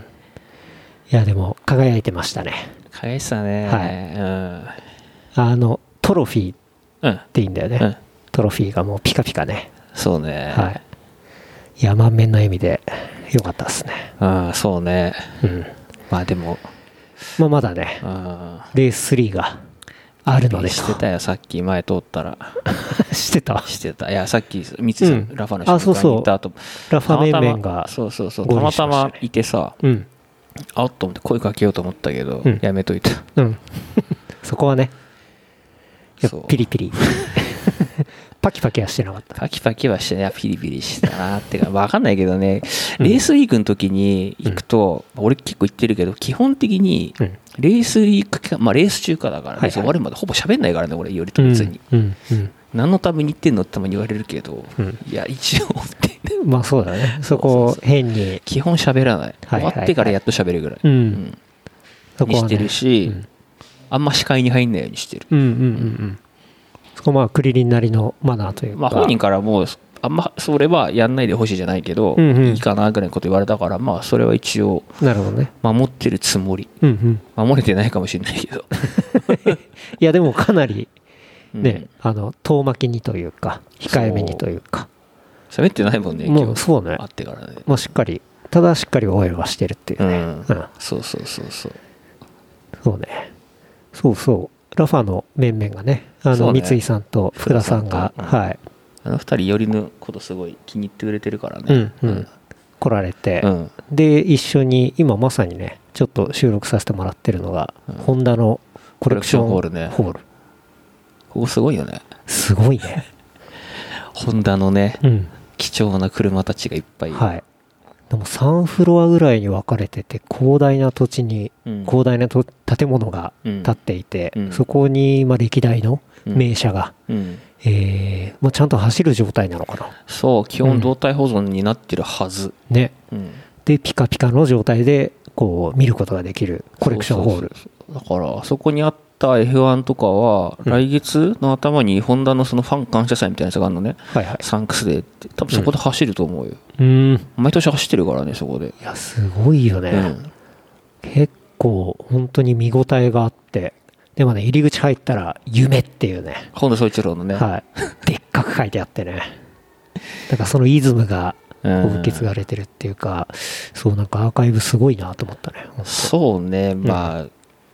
Speaker 2: いや、でも、輝いてましたね。
Speaker 3: 返したね、
Speaker 2: あの、トロフィーって
Speaker 3: う
Speaker 2: 言
Speaker 3: ん。うん。
Speaker 2: うんだよね。
Speaker 3: うん
Speaker 2: トロフィーがもうピカピカね。
Speaker 3: そうね。
Speaker 2: はい。いや、満面の笑みで、よかったですね。
Speaker 3: うん、そうね。
Speaker 2: うん。
Speaker 3: まあでも、
Speaker 2: まあ、まだね
Speaker 3: う、ん。
Speaker 2: レース3があるのでと
Speaker 3: してたよ、さっき前通ったら。
Speaker 2: してた。
Speaker 3: してた。いや、さっき、三井さん、
Speaker 2: うん
Speaker 3: ラファの
Speaker 2: あそうそう
Speaker 3: 行った後、
Speaker 2: ラファメンメン
Speaker 3: たまたま
Speaker 2: が。
Speaker 3: そうそうそう、た
Speaker 2: 合流
Speaker 3: ま
Speaker 2: しました
Speaker 3: た
Speaker 2: ね
Speaker 3: まいてさ、
Speaker 2: うん。
Speaker 3: あっと思って声かけようと思ったけど、
Speaker 2: うん
Speaker 3: やめといた。
Speaker 2: う ん。そこはね、やっぱ
Speaker 3: そう
Speaker 2: ピリ ピリ。パキパキはしてなかった。
Speaker 3: パキパキはしてね、ピリピリしてたなってか、わかんないけどね、レースウィークの時に行くと、俺結構行ってるけど、基本的に
Speaker 2: うん、
Speaker 3: レースウィーク期間、まあレース中かだから、
Speaker 2: はいはい
Speaker 3: レース終わるまでほぼ喋んないからね、俺、よりと別に。
Speaker 2: うん。うん。
Speaker 3: 何のために行ってんのってたまに言われるけど、
Speaker 2: うん
Speaker 3: いや、一応って、
Speaker 2: うんまあそうだね。そ
Speaker 3: そう
Speaker 2: こ
Speaker 3: そう、そう
Speaker 2: 変に。
Speaker 3: 基本喋らない。
Speaker 2: はいはいはい
Speaker 3: 終わってからやっと喋るぐらい。
Speaker 2: うん
Speaker 3: ん
Speaker 2: そこ
Speaker 3: に
Speaker 2: は
Speaker 3: して
Speaker 2: ね
Speaker 3: るし、あんま視界に入んないようにしてる。
Speaker 2: うんうんうんうん。そこはまあ、クリリンなりのマナーというか。
Speaker 3: まあ本人からもう、あんまそれはやんないでほしいじゃないけど、
Speaker 2: うんうん
Speaker 3: いいかなぐらいのこと言われたから、まあそれは一応、
Speaker 2: なるほどね。
Speaker 3: 守ってるつもり
Speaker 2: うんうん。
Speaker 3: 守れてないかもしれないけど
Speaker 2: いや、でもかなり、
Speaker 3: う
Speaker 2: ね
Speaker 3: ん、
Speaker 2: あの、遠巻きにというか、控えめにというか。
Speaker 3: 喋ってないもんね
Speaker 2: も
Speaker 3: 今
Speaker 2: う
Speaker 3: 日
Speaker 2: そうね
Speaker 3: 会。ってからね
Speaker 2: まあしっかり、ただしっかり応援はしてるっていう
Speaker 3: う
Speaker 2: ね。
Speaker 3: ん
Speaker 2: うん
Speaker 3: そうそうそうそう
Speaker 2: そうね。そうそう。ラファの面々がね、あ
Speaker 3: そ
Speaker 2: の、
Speaker 3: うね
Speaker 2: 三井さんと福田さんが、
Speaker 3: 福田さんと
Speaker 2: はい。
Speaker 3: あの二人よりのことすごい気に入ってくれてるから
Speaker 2: う
Speaker 3: ね
Speaker 2: ん、うん。来られて、
Speaker 3: うん
Speaker 2: で一緒に今まさにねちょっと収録させてもらってるのが、
Speaker 3: うん
Speaker 2: ホンダのコレクション
Speaker 3: コレクションホールね
Speaker 2: ホール
Speaker 3: ここすごいよね
Speaker 2: すごいね
Speaker 3: ホンダのね
Speaker 2: うん
Speaker 3: 貴重な車たちがいっぱい、
Speaker 2: はいでも3フロアぐらいに分かれてて広大な土地に
Speaker 3: うん
Speaker 2: 広大なと建物が
Speaker 3: うん
Speaker 2: 建っていて、
Speaker 3: うん
Speaker 2: そこにまあ歴代の名車が、
Speaker 3: うん
Speaker 2: えーまあ、ちゃんと走る状態なのかな
Speaker 3: そう基本動体保存になってるはず、
Speaker 2: ね
Speaker 3: うん
Speaker 2: でピカピカの状態でこう見ることができるコレクションホール
Speaker 3: そうそうそうだからあそこにあった F1 とかは
Speaker 2: うん
Speaker 3: 来月の頭にホンダのそのファン感謝祭みたいなやつがあるのね、
Speaker 2: はいはい
Speaker 3: サンクスデーって多分そこで走ると思うよ、
Speaker 2: うんい
Speaker 3: 毎年走ってるからねそこで、
Speaker 2: やすごいよね、
Speaker 3: うん
Speaker 2: 結構本当に見応えがあってでもね入り口入ったら「夢」っていうね
Speaker 3: 本田宗一郎のね、
Speaker 2: はいでっかく書いてあってねだからそのイズムがこ
Speaker 3: うん
Speaker 2: う受け継がれてるっていうか、そうなんかアーカイブすごいなと思ったね
Speaker 3: そうねまあ、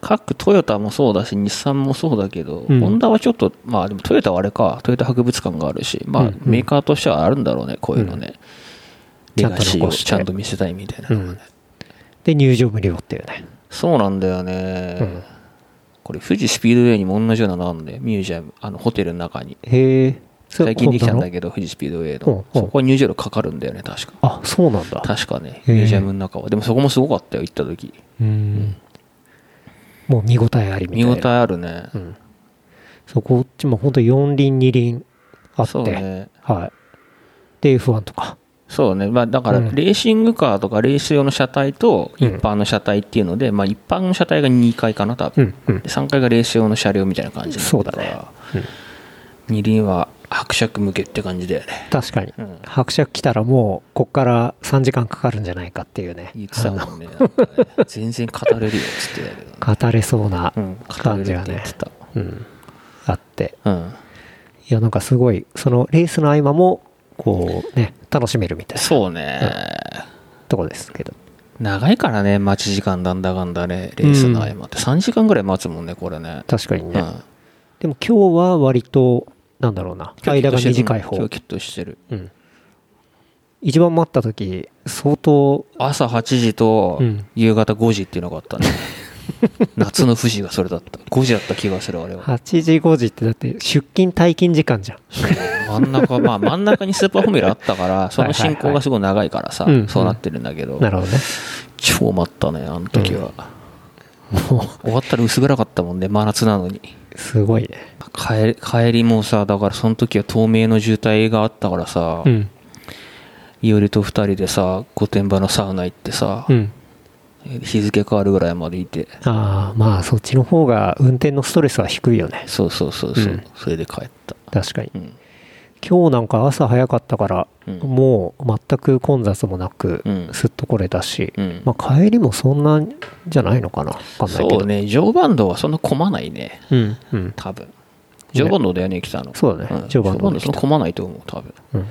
Speaker 3: 各トヨタもそうだし、日産もそうだけど、
Speaker 2: うん
Speaker 3: ホンダはちょっと、まあでもトヨタはあれか、トヨタ博物館があるし、まあ、
Speaker 2: うんうん
Speaker 3: メーカーとしてはあるんだろうね、こういうのね、
Speaker 2: うん
Speaker 3: レガシーをち
Speaker 2: ち
Speaker 3: ゃ
Speaker 2: ゃ
Speaker 3: ん
Speaker 2: ん
Speaker 3: と
Speaker 2: と
Speaker 3: 見せたいみたいな
Speaker 2: う
Speaker 3: のがね、
Speaker 2: んで入場無料っていうね
Speaker 3: そうなんだよね、
Speaker 2: うん
Speaker 3: これ、富士スピードウェイにも同じようなのあるんで、ミュージアム、あのホテルの中に、
Speaker 2: へえ
Speaker 3: 最近できたんだけど、富士スピードウェイ
Speaker 2: ほう
Speaker 3: の、
Speaker 2: ほう
Speaker 3: そこは入場料かかるんだよね、確か。
Speaker 2: あそうなんだ
Speaker 3: 確かね、
Speaker 2: へー
Speaker 3: ミュージアムの中は。でもそこもすごかったよ、行った時
Speaker 2: うんもう見応えありみた
Speaker 3: 見
Speaker 2: いな
Speaker 3: 応えあるね。
Speaker 2: うん、そこっちも本当四輪二輪あって、
Speaker 3: そうね。
Speaker 2: はいで F1 とか
Speaker 3: そうね、まあ、だから
Speaker 2: う
Speaker 3: レ
Speaker 2: ん
Speaker 3: ーシングカーとかレース用の車体と
Speaker 2: う
Speaker 3: 一
Speaker 2: ん
Speaker 3: 般の車体っていうので、まあ、一般の車体が2階かな、多
Speaker 2: う
Speaker 3: 分、
Speaker 2: んうん
Speaker 3: で3階がレース用の車両みたいな感じ
Speaker 2: そうだねうん
Speaker 3: 2輪は伯爵向けって感じだよね。
Speaker 2: 確かに、
Speaker 3: うん
Speaker 2: 伯爵来たらもうこっから3時間かかるんじゃないかっていうね
Speaker 3: 言ってたもんね。なんかね全然語れるよっつってたけどね、
Speaker 2: 語れそうな
Speaker 3: うん、語
Speaker 2: 感
Speaker 3: れ
Speaker 2: じ
Speaker 3: るっ
Speaker 2: が
Speaker 3: て言
Speaker 2: ね
Speaker 3: ってた。
Speaker 2: うん、あって
Speaker 3: うん、
Speaker 2: いやなんかすごいそのレースの合間もこうね楽しめるみたいな
Speaker 3: そうね、
Speaker 2: とこですけど
Speaker 3: 長いからね、待ち時間、なんだかんだね、レースの合間って、3時間ぐらい待つもんね、これね。
Speaker 2: 確かにね、
Speaker 3: うん
Speaker 2: でも今日は割となんだろうな間が短い方
Speaker 3: 今日きっとしてる。
Speaker 2: うん、一番待った時相当
Speaker 3: 朝8時と
Speaker 2: うん
Speaker 3: 夕方5時っていうのがあった ね夏の富士がそれだった5時だった気がするあれは
Speaker 2: 8時5時ってだって出勤退勤時間じゃん
Speaker 3: そう真ん中まあ真ん中にスーパーフォミュラあったからその進行がすごい長いからさ
Speaker 2: はいはいはいうん
Speaker 3: そうなってるんだけど
Speaker 2: なるほどね
Speaker 3: 超待ったねあの時は
Speaker 2: も
Speaker 3: 終わったら薄暗かったもんね真夏なのに
Speaker 2: うすごいね
Speaker 3: 帰り帰りもさだからその時は透明の渋滞があったからさ
Speaker 2: うん
Speaker 3: いおりと2人でさ御殿場のサウナ行ってさ
Speaker 2: うん
Speaker 3: 日付変わるぐらいまでいて
Speaker 2: ああまあそっちの方が運転のストレスは低いよね
Speaker 3: そうそうそうそううんそれで帰った
Speaker 2: 確かに
Speaker 3: うん
Speaker 2: 今日なんか朝早かったから、
Speaker 3: うん
Speaker 2: もう全く混雑もなく
Speaker 3: うん
Speaker 2: すっとこれだし、
Speaker 3: うん
Speaker 2: まあ帰りもそんなんじゃないのかなわかんないけど
Speaker 3: そうね、常磐道はそんな混まないね、
Speaker 2: うんうん
Speaker 3: 多分。常磐道だよね、来たの。
Speaker 2: そうだね
Speaker 3: ん常
Speaker 2: 常
Speaker 3: 磐
Speaker 2: 磐道
Speaker 3: 道
Speaker 2: で来
Speaker 3: そん
Speaker 2: た
Speaker 3: な混まないと思う、多分。
Speaker 2: うん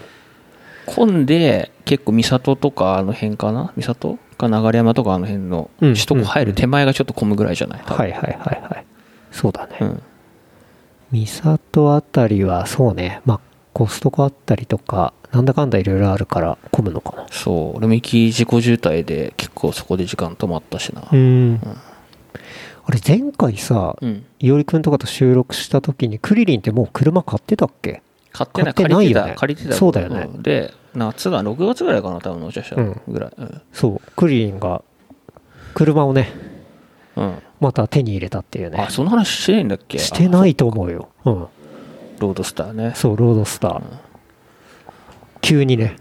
Speaker 3: 混んで、結構三郷とかあの辺かな三郷か流山とかあの辺の、
Speaker 2: うん
Speaker 3: 首都高入る手前がちょっと混むぐらいじゃない多
Speaker 2: は
Speaker 3: 分
Speaker 2: いはいはいはいそうだね、
Speaker 3: うん。
Speaker 2: 三郷あたりはそうねまあコストコあったりとかなんだかんだいろいろあるから混むのかな
Speaker 3: そう、俺も行き事故渋滞で結構そこで時間止まったしな。
Speaker 2: うんあれ前回さ
Speaker 3: うん。
Speaker 2: いおりくんとかと収録した時にクリリンってもう車買ってたっけ
Speaker 3: 買ってない、
Speaker 2: 買っ
Speaker 3: 借
Speaker 2: てない
Speaker 3: りて
Speaker 2: よ
Speaker 3: た、
Speaker 2: ね
Speaker 3: 借りてた。
Speaker 2: そうだよね
Speaker 3: んで、夏だ、6月ぐらいかな、多分、お茶した
Speaker 2: うん
Speaker 3: ぐらい。うん。
Speaker 2: そうクリリンが車をね
Speaker 3: うん。
Speaker 2: また手に入れたっていうね
Speaker 3: あ、その話してないんだっけ
Speaker 2: して
Speaker 3: い。
Speaker 2: ないと思うようん
Speaker 3: ロードスターね。
Speaker 2: そうロードスター、急にね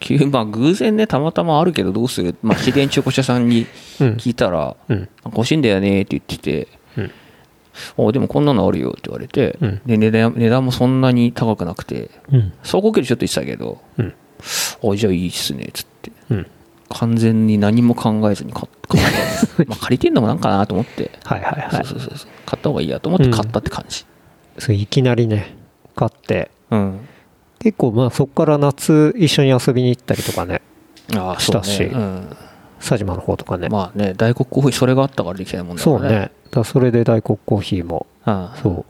Speaker 3: 急まあ偶然ねたまたまあるけどどうする、まあ、自転中古車さんに
Speaker 2: うん
Speaker 3: 聞いたら「
Speaker 2: うん
Speaker 3: なんか欲しいんだよね」って言ってて
Speaker 2: うん
Speaker 3: 「おでもこんなのあるよ」って言われて、
Speaker 2: うん
Speaker 3: で値段値段もそんなに高くなくて
Speaker 2: うん
Speaker 3: 走行距離ちょっと言ってたけど
Speaker 2: うん
Speaker 3: 「おじゃあいいっすね」っつって
Speaker 2: うん
Speaker 3: 完全に何も考えずに買っ 買ったまあ借りてんのもなんかなと思って、
Speaker 2: はいはいは
Speaker 3: そ
Speaker 2: いう
Speaker 3: そうそうそう買った方がいいやと思って買ったって感じ
Speaker 2: そういきなりね買って
Speaker 3: うん、
Speaker 2: 結構まあそこから夏一緒に遊びに行ったりとかね
Speaker 3: ああそ
Speaker 2: した
Speaker 3: う
Speaker 2: し
Speaker 3: ね、うん、
Speaker 2: 佐島の方とかね、
Speaker 3: まあね大黒コーヒーそれがあったからできたもんだか
Speaker 2: そう
Speaker 3: ら
Speaker 2: ねだからそれで大黒コーヒーも
Speaker 3: うん
Speaker 2: そ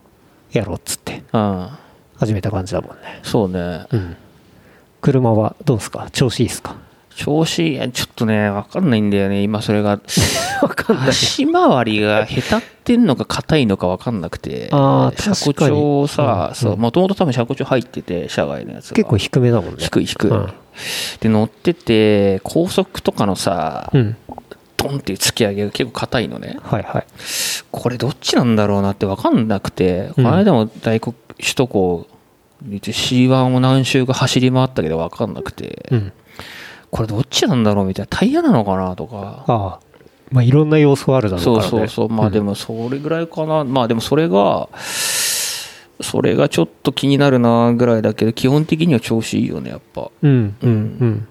Speaker 2: うやろうっつって
Speaker 3: うん
Speaker 2: 始めた感じだもんね
Speaker 3: そうね
Speaker 2: うん車はどうですか調子いいですか
Speaker 3: 調子、いやちょっとね、わかんないんだよね、今そ れが。
Speaker 2: わかんない。
Speaker 3: 足回りが下手ってんのか硬いのかわかんなくて。
Speaker 2: あー
Speaker 3: 車庫
Speaker 2: 確かに
Speaker 3: 長さ、
Speaker 2: うん
Speaker 3: そう、
Speaker 2: うん
Speaker 3: もともと多分車庫長入ってて、車外のやつが。
Speaker 2: 結構低めだもんね。
Speaker 3: 低い低い、
Speaker 2: うん
Speaker 3: で、乗ってて、高速とかのさ、
Speaker 2: うん。
Speaker 3: トンっていう突き上げが結構硬いのね。
Speaker 2: はいはい。
Speaker 3: これどっちなんだろうなって分かんなくて、
Speaker 2: うん
Speaker 3: この間も大国首都高 C1 を何周か走り回ったけど分かんなくて、
Speaker 2: うん。
Speaker 3: これどっちなんだろうみたいなタイヤなのかなとか
Speaker 2: ああ。まあ、いろんな要素あるだろうか
Speaker 3: そ
Speaker 2: ら
Speaker 3: う
Speaker 2: ね。
Speaker 3: そうそうまあで
Speaker 2: も。
Speaker 3: もそれぐらいかな、まあでもそれがそれがちょっと気になるなぐらいだけど基本的には調子いいよねやっぱ
Speaker 2: うん、うん、うん。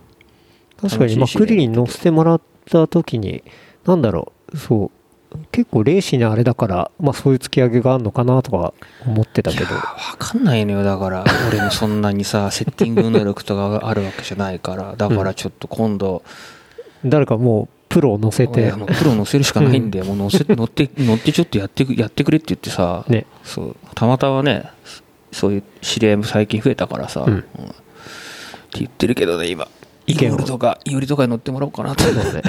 Speaker 2: 確かに、まあ、
Speaker 3: 楽しいし
Speaker 2: ク
Speaker 3: ね
Speaker 2: リリン乗せてもらった時に、なんだろう、そう。結構レーシーなあれだから、まあそういう突き上げがあるのかなとか思ってたけど。
Speaker 3: 分かんないのよだから俺もそんな にさセッティング能力とかがあるわけじゃないからだからちょっと今度、
Speaker 2: 誰かもうプロを乗せ
Speaker 3: い
Speaker 2: て
Speaker 3: やも、うプロ乗せるしかないんで、もう乗せ乗って、乗ってちょっとやってくやってくれって言ってさ、
Speaker 2: ね。
Speaker 3: そうたまたまね、そういう知り合いも最近増えたからさ、
Speaker 2: うん
Speaker 3: うんって言ってるけどね、今、
Speaker 2: 意見を
Speaker 3: イオルとか、イオリとかに乗ってもらおうかなと思って、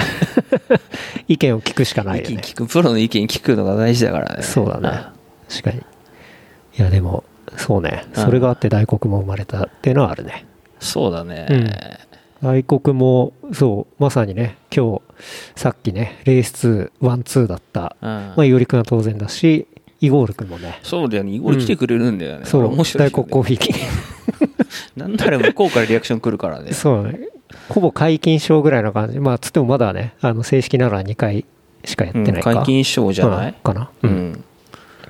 Speaker 2: 意見を聞くしかないよ
Speaker 3: 意見
Speaker 2: ね。
Speaker 3: 聞く、プロの意見聞くのが大事だからね。
Speaker 2: そうだね。確かに。いや、でも、そうね。
Speaker 3: うん
Speaker 2: それがあって大黒も生まれたっていうのはあるね。
Speaker 3: そうだね。
Speaker 2: 大黒も、そう、まさにね、今日、さっきね、レース2、ワン、ツーだった。
Speaker 3: うん
Speaker 2: まあ、いおりくんは当然だし、イゴールくんもね、
Speaker 3: そうだよね、イゴリ来てくれるんだよね。
Speaker 2: そ
Speaker 3: 面
Speaker 2: う、
Speaker 3: 白
Speaker 2: 大
Speaker 3: い
Speaker 2: 黒
Speaker 3: よね
Speaker 2: コーヒー、
Speaker 3: なんなら向こうからリアクション来るから ね。
Speaker 2: そうね。ほぼ解禁賞ぐらいの感じ。まあ、つってもまだね、あの、正式なのは2回しかやっ
Speaker 3: う
Speaker 2: て
Speaker 3: ん
Speaker 2: ないか。
Speaker 3: 解禁賞じゃない
Speaker 2: うん、かな。
Speaker 3: う
Speaker 2: うんん。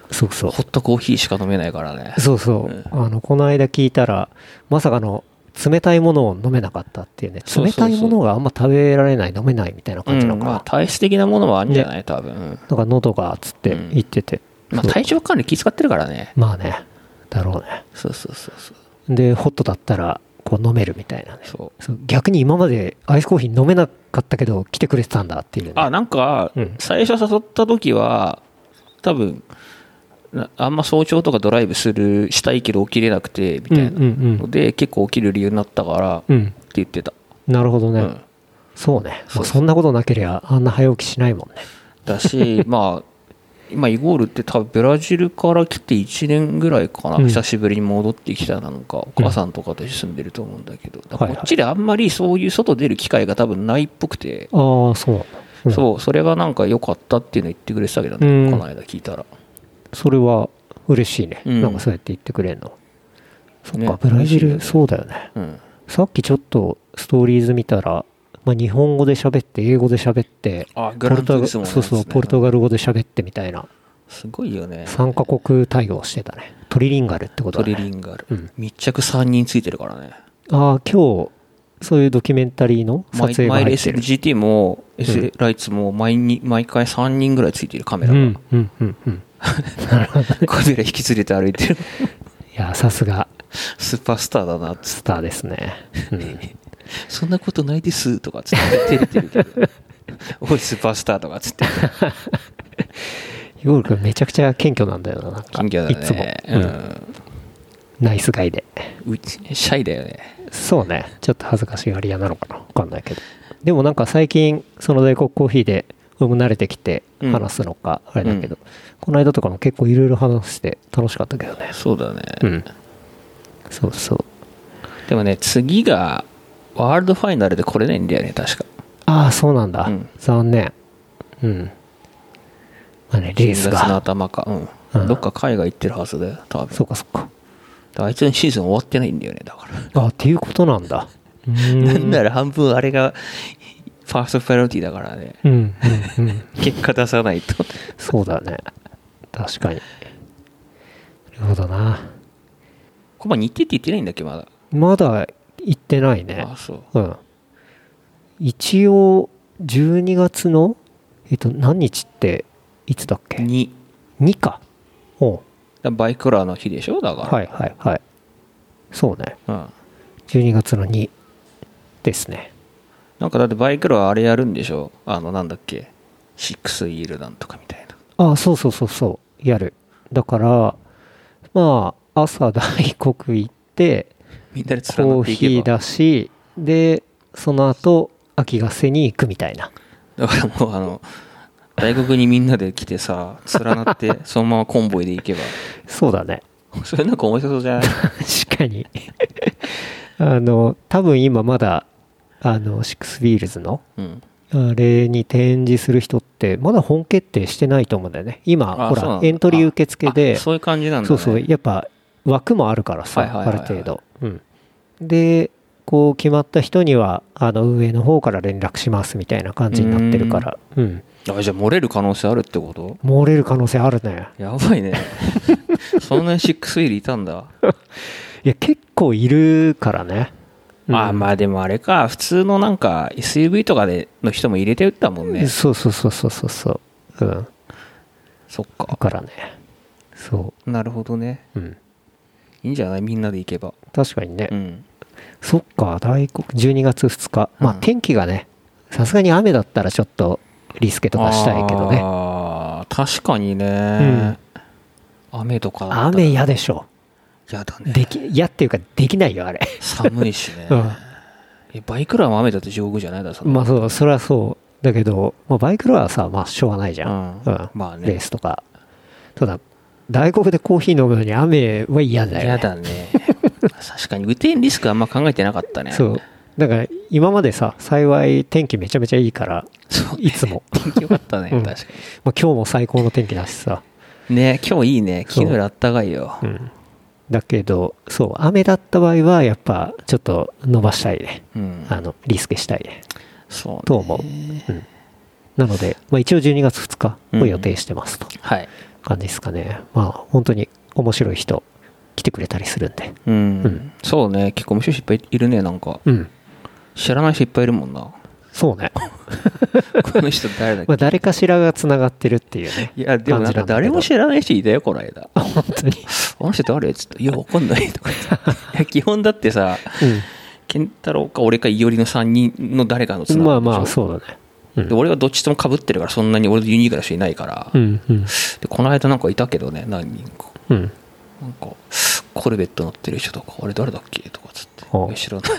Speaker 2: そうそう
Speaker 3: ホ。ットコーヒーしか飲めないからね。
Speaker 2: そうそう、
Speaker 3: うん
Speaker 2: あのこの間聞いたらまさかの冷たいものを飲めなかったっていうね
Speaker 3: そうそ
Speaker 2: 冷
Speaker 3: うそう
Speaker 2: たいものがあんま食べられない飲めないみたいな感じなの
Speaker 3: うんまあ
Speaker 2: か、
Speaker 3: 体質的なものはあるんじゃない、多分、
Speaker 2: なんか喉がつって言ってて、
Speaker 3: まあ、
Speaker 2: そう
Speaker 3: 体調管理気遣ってるからね
Speaker 2: まあねだろうね
Speaker 3: そうそうそうそう
Speaker 2: でホットだったらこう飲めるみたいなね
Speaker 3: そう
Speaker 2: そう逆に今までアイスコーヒー飲めなかったけど来てくれてたんだっていうね
Speaker 3: あなんか
Speaker 2: うん
Speaker 3: 最初誘った時は多分なあんま早朝とかドライブするしたいけど起きれなくてみた
Speaker 2: うんう
Speaker 3: いなの
Speaker 2: ん
Speaker 3: で、結構起きる理由になったからって
Speaker 2: うんうん
Speaker 3: 言ってた、
Speaker 2: なるほど
Speaker 3: う
Speaker 2: ね、
Speaker 3: ん
Speaker 2: そうね
Speaker 3: そ
Speaker 2: ま
Speaker 3: う
Speaker 2: あそんなことなけりゃあんな早起きしないもんね
Speaker 3: だし まあ今イゴールって多分ブラジルから来て1年ぐらいかな、
Speaker 2: うん
Speaker 3: 久しぶりに戻ってきたなのかお母さんとかと一緒に住んでると思うんだけど、だから
Speaker 2: はいはい
Speaker 3: こっちであんまりそういう外出る機会が多分ないっぽくて、
Speaker 2: ああそうなんだ、うん
Speaker 3: そう、それがなんか良かったっていうの言ってくれてたけど
Speaker 2: う
Speaker 3: ね、
Speaker 2: ん
Speaker 3: この間聞いたら。
Speaker 2: それは嬉しいね、
Speaker 3: うん
Speaker 2: なんかそうやって言ってくれるのそっか、
Speaker 3: ね
Speaker 2: ブラジル、
Speaker 3: 嬉しい
Speaker 2: そうだよね
Speaker 3: うん。
Speaker 2: さっきちょっとストーリーズ見たら、まあ、日本語で喋って英語で喋って
Speaker 3: あ、グランツーリス
Speaker 2: ポ
Speaker 3: モ
Speaker 2: ル
Speaker 3: の
Speaker 2: ト
Speaker 3: やつ
Speaker 2: そうそ
Speaker 3: ね
Speaker 2: うポルトガル語で喋ってみたいな
Speaker 3: すごいよね。
Speaker 2: 3カ国対応してたねトリリンガルってこと
Speaker 3: ト
Speaker 2: だ、ね、
Speaker 3: リリンガル
Speaker 2: うん。
Speaker 3: 密着3人ついてるからね。
Speaker 2: ああ今日そういうドキュメンタリーの撮
Speaker 3: マイ
Speaker 2: 影が
Speaker 3: マイレ
Speaker 2: 入
Speaker 3: ー
Speaker 2: っ
Speaker 3: ス
Speaker 2: てる
Speaker 3: GT も
Speaker 2: う
Speaker 3: SA
Speaker 2: ん
Speaker 3: ライツも毎に毎回3人ぐらいついてるカメ
Speaker 2: う
Speaker 3: ラ
Speaker 2: ん
Speaker 3: が。
Speaker 2: うんうんうんなるほど
Speaker 3: カメラ引き連れて歩いてる。
Speaker 2: いやさすが
Speaker 3: スーパースターだなっつって
Speaker 2: スターですね、 うん
Speaker 3: そんなことないですとかっつって照れてる けど。おい、スーパースターとかっつって。
Speaker 2: ヨール君めちゃくちゃ謙虚なんだよななんか
Speaker 3: 金魚だ
Speaker 2: いつも
Speaker 3: ね、。
Speaker 2: うんナイスガイで
Speaker 3: うん。うちシャイだよね。
Speaker 2: そうねちょっと恥ずかしがり屋なのかな分かんないけどでもなんか最近その大黒コーヒーで僕も慣れてきて
Speaker 3: うん
Speaker 2: 話すのかあれだけど、この間とかも結構いろいろ話して楽しかったけどね
Speaker 3: そうだね。
Speaker 2: うんそうそう
Speaker 3: でもね、次が、ワールドファイナルで来れないんだよね、確か。
Speaker 2: ああそうなんだ、
Speaker 3: うん
Speaker 2: 残念うんまあねリリース
Speaker 3: 10月の
Speaker 2: が
Speaker 3: 頭か。うん。
Speaker 2: うん
Speaker 3: どっか海外行ってるはずだよ、多分。
Speaker 2: そうかそうか
Speaker 3: だからあいつのシーズン終わってないんだよね、だから。
Speaker 2: あっていうことなんだうーん
Speaker 3: なんなら半分あれが、ファーストプライオリティだからね。
Speaker 2: うんうんうん
Speaker 3: 結果出さな いと。
Speaker 2: そうだね。確かに。なるほどな。
Speaker 3: コマ日程って言ってないんだっけ、まだ。
Speaker 2: まだ行ってないね
Speaker 3: あ、。そう。
Speaker 2: うん。一応、12月の、えっと、何日って、いつだっけ
Speaker 3: 2。
Speaker 2: ?2 か。おう
Speaker 3: だバイクラーの日でしょ、だから。
Speaker 2: はいはいはい。そうね。
Speaker 3: うん。
Speaker 2: 12月の2ですね。
Speaker 3: なんかだってバイクラーあれやるんでしょあの、なんだっけ。シックスイールなんとかみたいな。
Speaker 2: あそうそうそうそう。やる。だから、まあ、朝大黒行って、
Speaker 3: みんなで連
Speaker 2: コー
Speaker 3: なってい
Speaker 2: ヒ
Speaker 3: け
Speaker 2: ー
Speaker 3: ば。
Speaker 2: だしでその後秋が瀬に行くみたいな。
Speaker 3: だからもうあの大学にみんなで来てさ連なって そのままコンボイで行け
Speaker 2: そうだね。
Speaker 3: ば それなんか面白そ うじゃない
Speaker 2: 確かに。あの、多分今まだ、あの、シックスビールズの、
Speaker 3: うん
Speaker 2: あれに展示する人って、まだ本決定してないと思うんだよね。今、
Speaker 3: あ
Speaker 2: ほ
Speaker 3: そうな
Speaker 2: ら
Speaker 3: ん、だ
Speaker 2: エントリー受付で、
Speaker 3: あそういう感じなんだ、ね、
Speaker 2: そうそう、やっぱ枠もあるからさ、
Speaker 3: はいはいはいはい
Speaker 2: ある程度。うん、で、こう決まった人には、あの、運営の方から連絡しますみたいな感じになってるから、うん。
Speaker 3: あじゃあ漏れる可能性あるってこと
Speaker 2: 漏れる可能性あるね。
Speaker 3: や ばいねそんなにシックスイールいたんだ、
Speaker 2: いや、結構いるからね。うん
Speaker 3: あまあでもあれか普通のなんか SUV とかでの人も入れて打ったもんね、
Speaker 2: そうそうそうそうそうそう。うん。
Speaker 3: そっ
Speaker 2: だ
Speaker 3: か
Speaker 2: からね。そ
Speaker 3: なるほどね
Speaker 2: う。うん。
Speaker 3: いいんじゃないみんなで行けば
Speaker 2: 確かにね。
Speaker 3: うん
Speaker 2: そっか、大黒、12月2日。まあ、
Speaker 3: うん
Speaker 2: 天気がね、さすがに雨だったらちょっとリスケとかしたいけどね。
Speaker 3: あー確かにね、雨とかだったら
Speaker 2: 雨嫌でしょ。
Speaker 3: やだね
Speaker 2: でき、嫌っていうか、できないよ、あれ。
Speaker 3: 寒いしね、
Speaker 2: う
Speaker 3: えバイクラは雨だって地獄じゃないだろそん
Speaker 2: ん。
Speaker 3: な
Speaker 2: まあ、そう、それはそう。だけど、まあ、バイクロアはさ、まあ、しょうがないじゃん。
Speaker 3: うん
Speaker 2: うん。
Speaker 3: まあね
Speaker 2: レースとか。ただ、大黒でコーヒー飲むのに雨は嫌だよね。
Speaker 3: やだね 確かに雨天リスクあんま考えてなかったね
Speaker 2: そう。だから、今までさ、幸い天気めちゃめちゃいいから、
Speaker 3: そう
Speaker 2: いつも。
Speaker 3: 天気良かったね、
Speaker 2: うん
Speaker 3: 確か
Speaker 2: まあ、今日も最高の天気だしさ。
Speaker 3: にね今日いいね
Speaker 2: そう
Speaker 3: 昨日よりあったかいよ
Speaker 2: うん。だけど、そう、雨だった場合は、やっぱ、ちょっと伸ばしたいね。
Speaker 3: うん、
Speaker 2: あの、リスケしたいね。
Speaker 3: そうね
Speaker 2: と思う。うん。なので、まあ、一応12月2日を予定してますと。
Speaker 3: はい
Speaker 2: 感じですかね。まあ、本当に面白い人、来てくれたりするんで。
Speaker 3: うん、
Speaker 2: うん
Speaker 3: そうね結構面白い人いっぱいいるねなんか
Speaker 2: うん。
Speaker 3: 知らない人いっぱいいるも んな
Speaker 2: そうね。
Speaker 3: この人誰だっけ
Speaker 2: まあ、誰かしらが繋がってるっていう ね。
Speaker 3: いやでもなんか誰も知らない人いたよこの間
Speaker 2: あ、本当に。
Speaker 3: あの人誰っつって「いやわか んない」とか言っていや基本だってさ健太郎か俺かいおりの3人の誰かの
Speaker 2: う
Speaker 3: つ
Speaker 2: ん。
Speaker 3: な
Speaker 2: ま
Speaker 3: が
Speaker 2: あ
Speaker 3: りでしょ
Speaker 2: まあ、そうだね。う
Speaker 3: で
Speaker 2: ん。
Speaker 3: 俺はどっちともかぶってるからそんなに俺とユニークな人いないから、
Speaker 2: うん、うん。
Speaker 3: でこの間なんかいたけどね何人か
Speaker 2: うん。
Speaker 3: なんかコルベット乗ってる人とかあれ誰だっけとかつって
Speaker 2: ほう
Speaker 3: いや知らない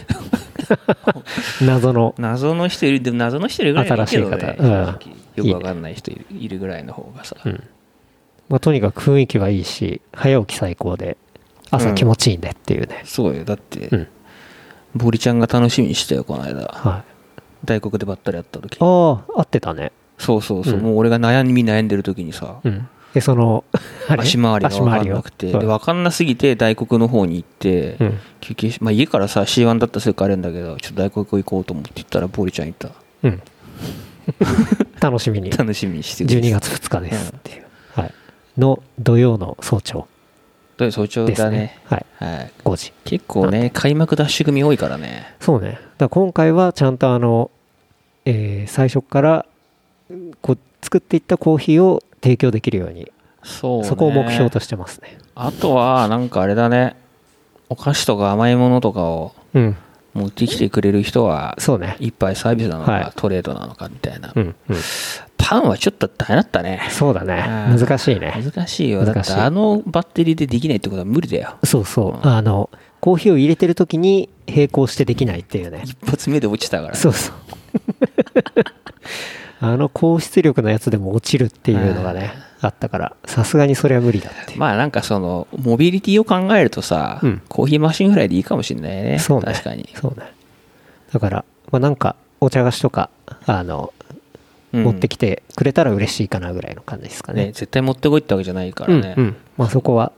Speaker 2: 謎の。
Speaker 3: 謎の人いるでも謎の人いるぐらいだけどね
Speaker 2: 新しい方うん
Speaker 3: 正直よくわかんない人いるいるぐらいの方がさ、
Speaker 2: うん。まあ、とにかく雰囲気はいいし、早起き最高で、朝気持ちいいねっていうね。
Speaker 3: そうよだって、
Speaker 2: うん。
Speaker 3: ボリちゃんが楽しみにしてたよこの間
Speaker 2: はい。
Speaker 3: 大黒でばったり会った時
Speaker 2: ああ、合ってたね。
Speaker 3: そうそうそう、
Speaker 2: うん
Speaker 3: もう俺が悩み悩んでる時にさ、
Speaker 2: うん。で、そ の、あれ
Speaker 3: 足回りが分かんなくて、
Speaker 2: 足回り
Speaker 3: で
Speaker 2: を
Speaker 3: 分かんなすぎて大黒の方に行って、
Speaker 2: うん。
Speaker 3: 休憩し、まあ、家からさ C1 だったせいかあれんだけどちょっと大黒行こうと思って行ったらボリちゃんいた
Speaker 2: うん。 楽しみに。
Speaker 3: 楽しみにして
Speaker 2: 12月2日ですっていう、はい、の土曜の早朝
Speaker 3: どう早朝
Speaker 2: です
Speaker 3: だ
Speaker 2: ね
Speaker 3: ね
Speaker 2: はい、
Speaker 3: はい
Speaker 2: 5時
Speaker 3: 結構ね開幕ダッシュ組多いからね
Speaker 2: そうねだから今回はちゃんとあの、えー最初からこう作っていったコーヒーを提供できるように
Speaker 3: そうね
Speaker 2: そこを目標としてますね
Speaker 3: あとはなんかあれだねお菓子とか甘いものとかを
Speaker 2: うん
Speaker 3: 持ってきてくれる人は
Speaker 2: そうね
Speaker 3: いっぱいサービスなのか、
Speaker 2: はい
Speaker 3: トレードなのかみたいな、
Speaker 2: うんうん
Speaker 3: パンはちょっと大変だったね
Speaker 2: そうだね
Speaker 3: あー
Speaker 2: 難しいね
Speaker 3: 難しいよだ
Speaker 2: 難
Speaker 3: っ
Speaker 2: してい
Speaker 3: あのバッテリーでできないってことは無理だよ
Speaker 2: そうそう、
Speaker 3: うん
Speaker 2: あのコーヒーを入れてる時に並行してできないっていうね
Speaker 3: 一発目で落ちたから
Speaker 2: そう そうあの高出力のやつでも落ちるっていうのがねあったからさすがにそれは無理だっていう
Speaker 3: まあなんかそのモビリティを考えるとさ、
Speaker 2: うん
Speaker 3: コーヒーマシンぐらいでいいかもしれないね
Speaker 2: そうね
Speaker 3: 確かに、
Speaker 2: そうね。だから、まあ、なんか、お茶菓子とか、あの、
Speaker 3: うん
Speaker 2: 持ってきてくれたら嬉しいかなぐらいの感じですか
Speaker 3: ね
Speaker 2: ね。
Speaker 3: 絶対持ってこいってわけじゃないからね、
Speaker 2: うんうん。まあ、そこは、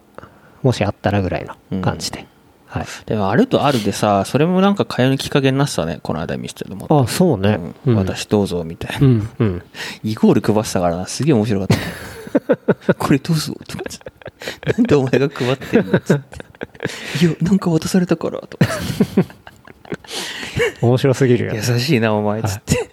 Speaker 2: もしあったらぐらいの感じで。はい。
Speaker 3: でもあるとあるでさそれもなんか通うきっかけになってたねこの間見せても
Speaker 2: あ、そうね。うん、
Speaker 3: 私どうぞみたいな、
Speaker 2: うん、うん。
Speaker 3: イコール配ってたからなすげえ面白かっ たこれどうぞとか言ってなんでお前が配ってるの つっていやなんか渡されたからとか言って
Speaker 2: 面白すぎるよね。
Speaker 3: 優しいなお前つって、